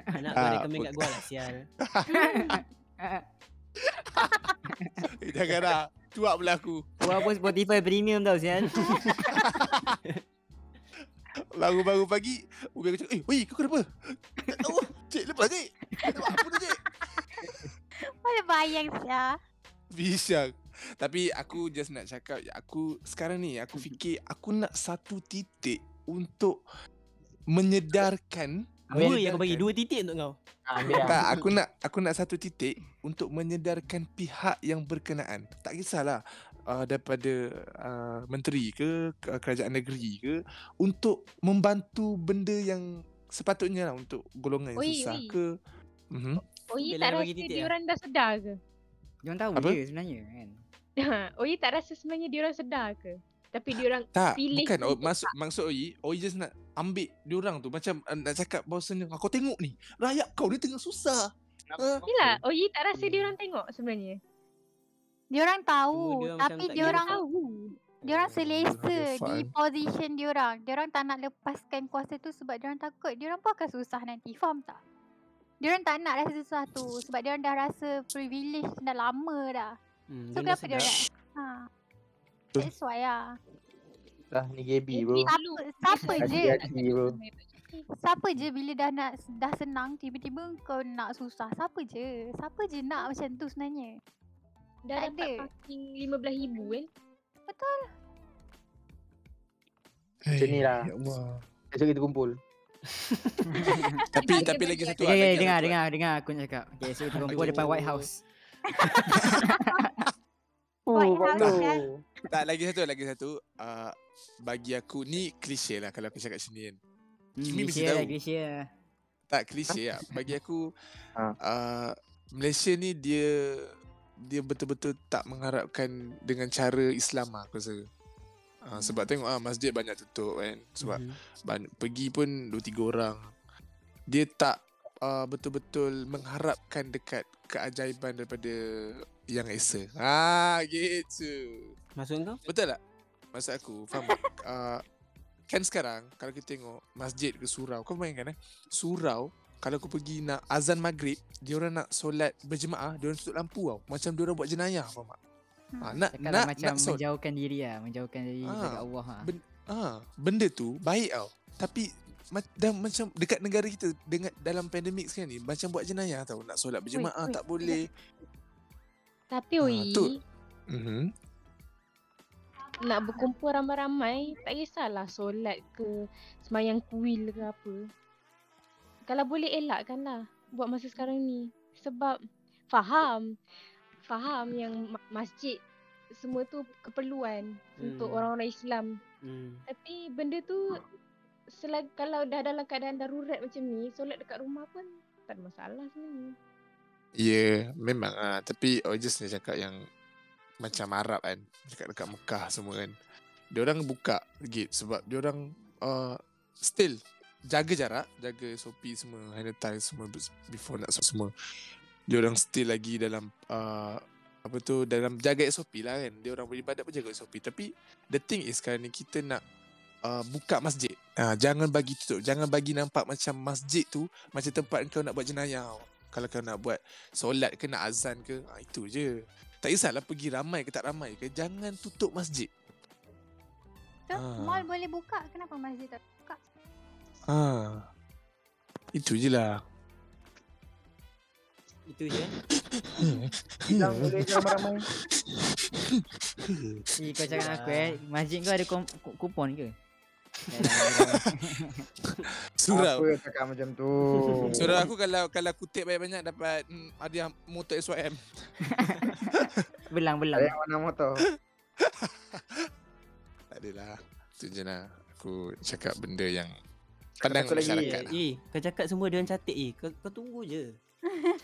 Anak gua
Ah,
recommend kat gua lah sial.
Eh, jangan lah, cuak pula aku.
Wah pun Spotify premium tau Sian.
Baru-baru pagi, ubi aku cakap, eh, weh, kau kenapa? Tak tahu lah. Cik, lepas cik. Tak tahu apa tu cik.
Boleh bayang sia.
Bisyak. Tapi aku just nak cakap, aku sekarang ni aku fikir aku nak satu titik untuk menyedarkan
Dua yang aku bagi dua titik untuk kau.
Ah, Ambil lah.
Tak, aku nak aku nak satu titik untuk menyedarkan pihak yang berkenaan. Tak kisahlah uh, daripada uh, menteri ke ke- kerajaan negeri ke untuk membantu benda yang sepatutnya lah untuk golongan yang
Oi,
susah
oi.
ke. Mhm.
Oyi
Bella
tak
dah
rasa
bagi titik lah.
diorang dah sedar ke?
Jangan tahu
Apa?
je sebenarnya kan.
Oyi tak rasa sebenarnya diorang sedar ke? Tapi diorang
Tak,
Pilih
bukan oh,
untuk
maksud maksud Oi, Oi just eh, nak ambil diorang tu macam uh, nak cakap bahawasanya kau tengok ni, rakyat kau ni tengah susah. Ah,
Yelah, Oyi tak rasa dia orang tengok sebenarnya.
Dia orang tahu
dia macam
tapi
tak
dia
kira.
orang dia orang selesa
Dia
di
faham.
position dia orang. Dia orang tak nak lepaskan kuasa tu sebab dia orang takut dia orang pun akan susah nanti. Faham tak? Dia orang tak nak rasa susah tu sebab dia orang dah rasa privilege dah lama dah.
Hmm, dah
So kenapa dia
sedap.
orang? Ha. That's why lah.
Lah ni GB bro.
Siapa, siapa je
Hati-hati bro.
Siapa je bila dah nak dah senang tiba-tiba kau nak susah. Siapa je? Siapa je nak macam tu sebenarnya?
Dah
Tak
dapat
ada.
parking RM15,000 kan.
Macam ni lah.
Ya Allah.
Esok kita kumpul.
Tapi
Tapi lagi satu
Eh,
Okay, okay, dengar,
eh.
dengar, dengar aku nak cakap. Okay, so kita kumpul depan White
Aduh.
House.
Oh,
White House
tak.
dah.
Tak lagi satu lagi satu uh, bagi aku ni klise lah kalau aku cakap sini kan.
Hmm,
Kimi mesti
Malaysia,
tahu.
Malaysia.
Tak klise lah. Bagi aku
Ha.
uh, Malaysia ni dia dia betul-betul tak mengharapkan dengan cara Islam lah aku rasa. Uh, sebab tengok ah masjid banyak tutup kan. Sebab
Mhm.
ban- pergi pun dua tiga orang. Dia tak uh, betul-betul mengharapkan dekat keajaiban daripada yang esa. Ah gitu.
Masuk kau?
Betul tak? Maksud aku faham tak? uh, kan sekarang kalau kita tengok masjid ke surau kau bayangkan eh surau kalau aku pergi nak azan maghrib dia orang nak solat berjemaah dia orang tutup lampu tau macam dia orang buat jenayah faham tak?
Hmm.
Ha, nak
Cakap
nak
lah macam
nak solat
menjauhkan diri lah. Menjauhkan diri
Ah,
daripada Allah lah.
ben- Ah, benda tu baik tau. Tapi ma- dah macam dekat negara kita dengan dalam pandemik sekarang ni macam buat jenayah tau. Nak solat berjemaah
wait,
tak boleh.
Tapi
Ah,
Oyi,
tu. Mhm.
nak berkumpul ramai-ramai, tak kisahlah solat ke, semayang kuil ke apa. Kalau boleh elakkan lah buat masa sekarang ni. Sebab faham, faham yang ma- masjid semua tu keperluan untuk
Hmm.
orang-orang Islam.
Hmm.
Tapi benda tu selagi kalau dah dalam keadaan darurat macam ni, solat dekat rumah pun tak ada masalah sebenarnya.
Ya, yeah, memang ah. Tapi Ojus ni cakap yang macam Arab kan. Cakap dekat Mekah semua kan. Dia orang buka gate sebab dia orang uh, still jaga jarak, jaga SOP semua, sanitize semua bes- before nak solat semua. Dia orang still lagi dalam uh, apa tu dalam jaga SOP lah kan. Dia orang beribadat pun jaga SOP. Tapi the thing is sekarang ni kita nak uh, buka masjid. Ah, jangan bagi tutup, jangan bagi nampak macam masjid tu macam tempat kau nak buat jenayah. tau. Kalau kau nak buat solat ke nak azan ke ha, itu je tak kisahlah pergi ramai ke tak ramai ke jangan tutup masjid
So,
Ah.
mall boleh buka kenapa masjid tak buka?
ha itu je lah
Itu je. eh?
Yang boleh ramai-ramai.
Eh, kau cakap dengan aku eh. Masjid kau ada kom- ku- kupon ke?
surau
Apa cakap macam tu?
surau aku kalau kalau kutip banyak-banyak dapat mm, ada yang motor SYM
Belang, belang.
Ada yang warna motor.
tak adalah itu je lah aku cakap benda yang pandang
Pandang satu lagi.
masyarakat
Eh, eh, kau cakap semua dia orang cantik eh. Kau, kau tunggu je.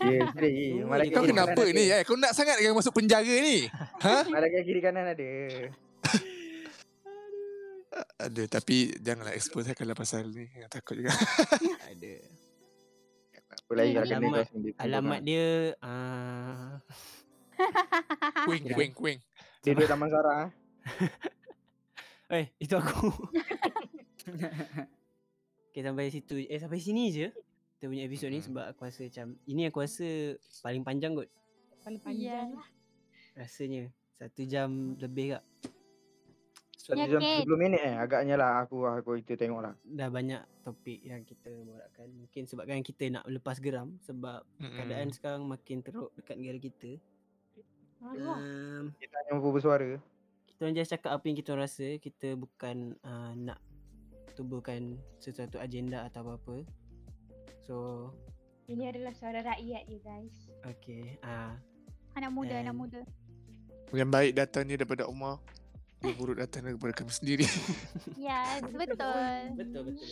Ya, kiri.
Oh,
Malah
dia
kau
kiri
kenapa
kanan
ni
ya?
eh
ada.
kau nak sangat dengan masuk penjara ni ha
Malah kiri kanan ada.
ada tapi janganlah expose saya kalau pasal ni takut juga
Ada.
Apa lagi kalau kena
Alamat-
kau sendiri.
Alamat dia
lah.
ah
wing
Ya.
wing wing
Dia duduk Taman Sara. eh.
eh itu aku. okay, sampai situ. Eh sampai sini je. Kita punya episod ni
Mhm.
sebab aku rasa macam ini aku rasa paling panjang kot
Kalau panjang
Iyalah.
rasanya. Satu jam lebih kak. So,
Ya,
Satu jam
Ken.
10 minit eh. Agaknya lah aku aku itu tengok lah.
dah banyak topik yang kita borakkan. Mungkin sebabkan kita nak lepas geram sebab
Mm-mm.
keadaan sekarang makin teruk dekat negara kita.
Hmm.
Um,
Kita hanya mampu bersuara.
kita orang just cakap apa yang kita orang rasa kita bukan uh, nak tubuhkan sesuatu agenda atau apa-apa so
Ini adalah suara rakyat you guys.
Hmm.
okay ah
Anak muda, anak
And-
muda.
Yang baik datangnya daripada Allah Yang buruk datangnya daripada kami sendiri
Yes, betul.
betul betul betul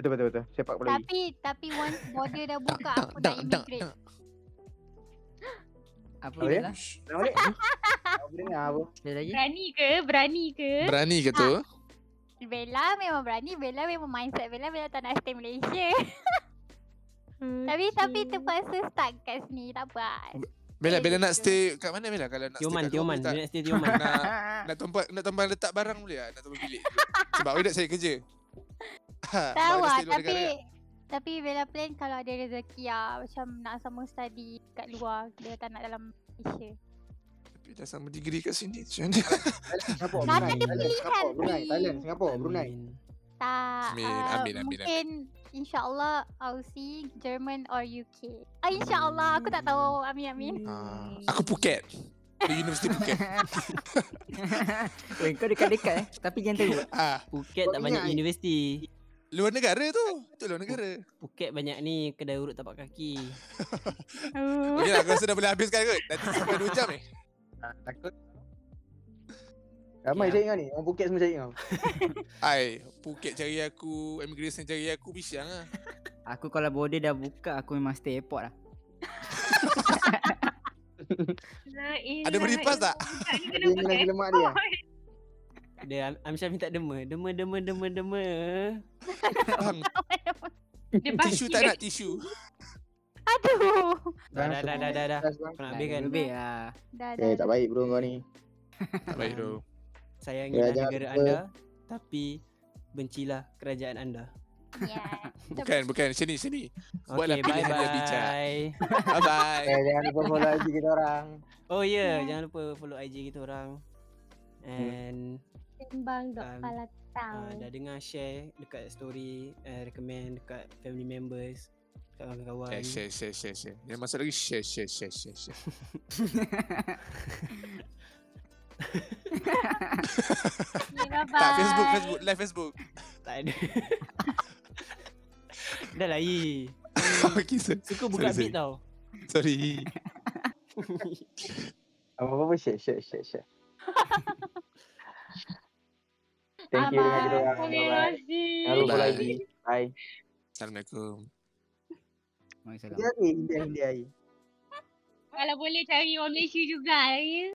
Betul betul betul. Sepak bola. gigi.
Tapi tapi once border dah buka aku nak immigrate.
Apa
Apa
dia
dia?
lah?
Nak balik? Aku dengar apa?
Ada lagi?
Berani ke? Berani ke?
Berani ke tu?
Bella memang berani, Bella memang mindset Bella Bella tak nak stay Malaysia.
Hmm.
Tapi tapi terpaksa start kat sini tak apa. lah.
Bella, Bella nak stay kat mana Bella kalau nak
Tioman,
stay kat luar
Tioman.
boleh
Dia nak stay Tioman.
tak? Nak, nak tempat nak tempat letak barang boleh tak? Nak tempat bilik. Sebab awak saya kerja. Ha, baru
Tahu lah
stay luar
tapi
negara.
tapi Bella plan kalau ada rezeki lah macam nak sambung study kat luar dia tak nak dalam Malaysia.
Tapi dah sama degree kat sini. Macam mana?
Singapura,
Takkan
Brunei,
dia
Thailand, Singapura,
pilihan,
Brunei,
Pi.
Thailand, Singapura, Brunei.
Amin.
Tak.
Amin,
ah,
amin, amin,
Mungkin insyaAllah I'll see German or UK. Ah insyaAllah aku tak tahu. Amin amin.
Ah, aku Phuket. The University Phuket.
Weh, kau dekat-dekat eh. Tapi jangan teruk.
Ah,
Phuket
Kau
tak banyak
ingat-
universiti.
luar negara tu. Tu luar negara.
Phuket banyak ni kedai urut tapak kaki.
Okey lah, aku rasa dah boleh habiskan kot. Nanti sampai 2 jam eh.
Ah, Takut. Ya. Ramai cari kau ni. Orang Phuket semua cari kau.
Ai, Phuket cari aku, immigration cari aku, pisang lah.
Aku kalau border dah buka, aku memang stay airport lah.
Ada beri pas tak?
Dia yang nasi lemak dia.
ya?
Dia Am- Amsyar minta dema. Dema dema dema dema.
Bang, tisu tak nak tisu.
Aduh.
Dah dah dah dah dah. dah.
Keras, bang.
Kau nak habis kan?
Lebih lah.
Dah dah.
Eh, tak baik bro kau ni.
Tak baik tu.
Sayangilah
Kerajaan
negara
apa?
anda tapi bencilah kerajaan anda.
Yeah.
Bukan, bukan. Sini, sini. Buatlah
Okay, bye
pilihan yang bijak.
bye.
Bye-bye.
Eh, jangan lupa follow IG kita orang.
Oh ya, yeah.
Yeah.
jangan lupa follow IG kita orang. And
Timbang dok
Um,
pala
uh,
tahu.
dah dengar share dekat story, uh, recommend dekat family members, dekat kawan-kawan.
Eh, share, share, share, share. Yang masuk lagi share, share, share, share, share.
Yeah, bye.
Tak, Facebook, Facebook. Live Facebook.
Tak ada. Dah lain.
okay, so,
Suka buka
Sorry,
beat tau.
sorry.
Apa-apa pun share, share, share, share. Thank you dengan kita orang. Bye-bye. Jangan lupa follow IG. Bye.
Assalamualaikum.
Waalaikumsalam.
Dia ada India, India.
Kalau boleh cari orang Malaysia juga ya.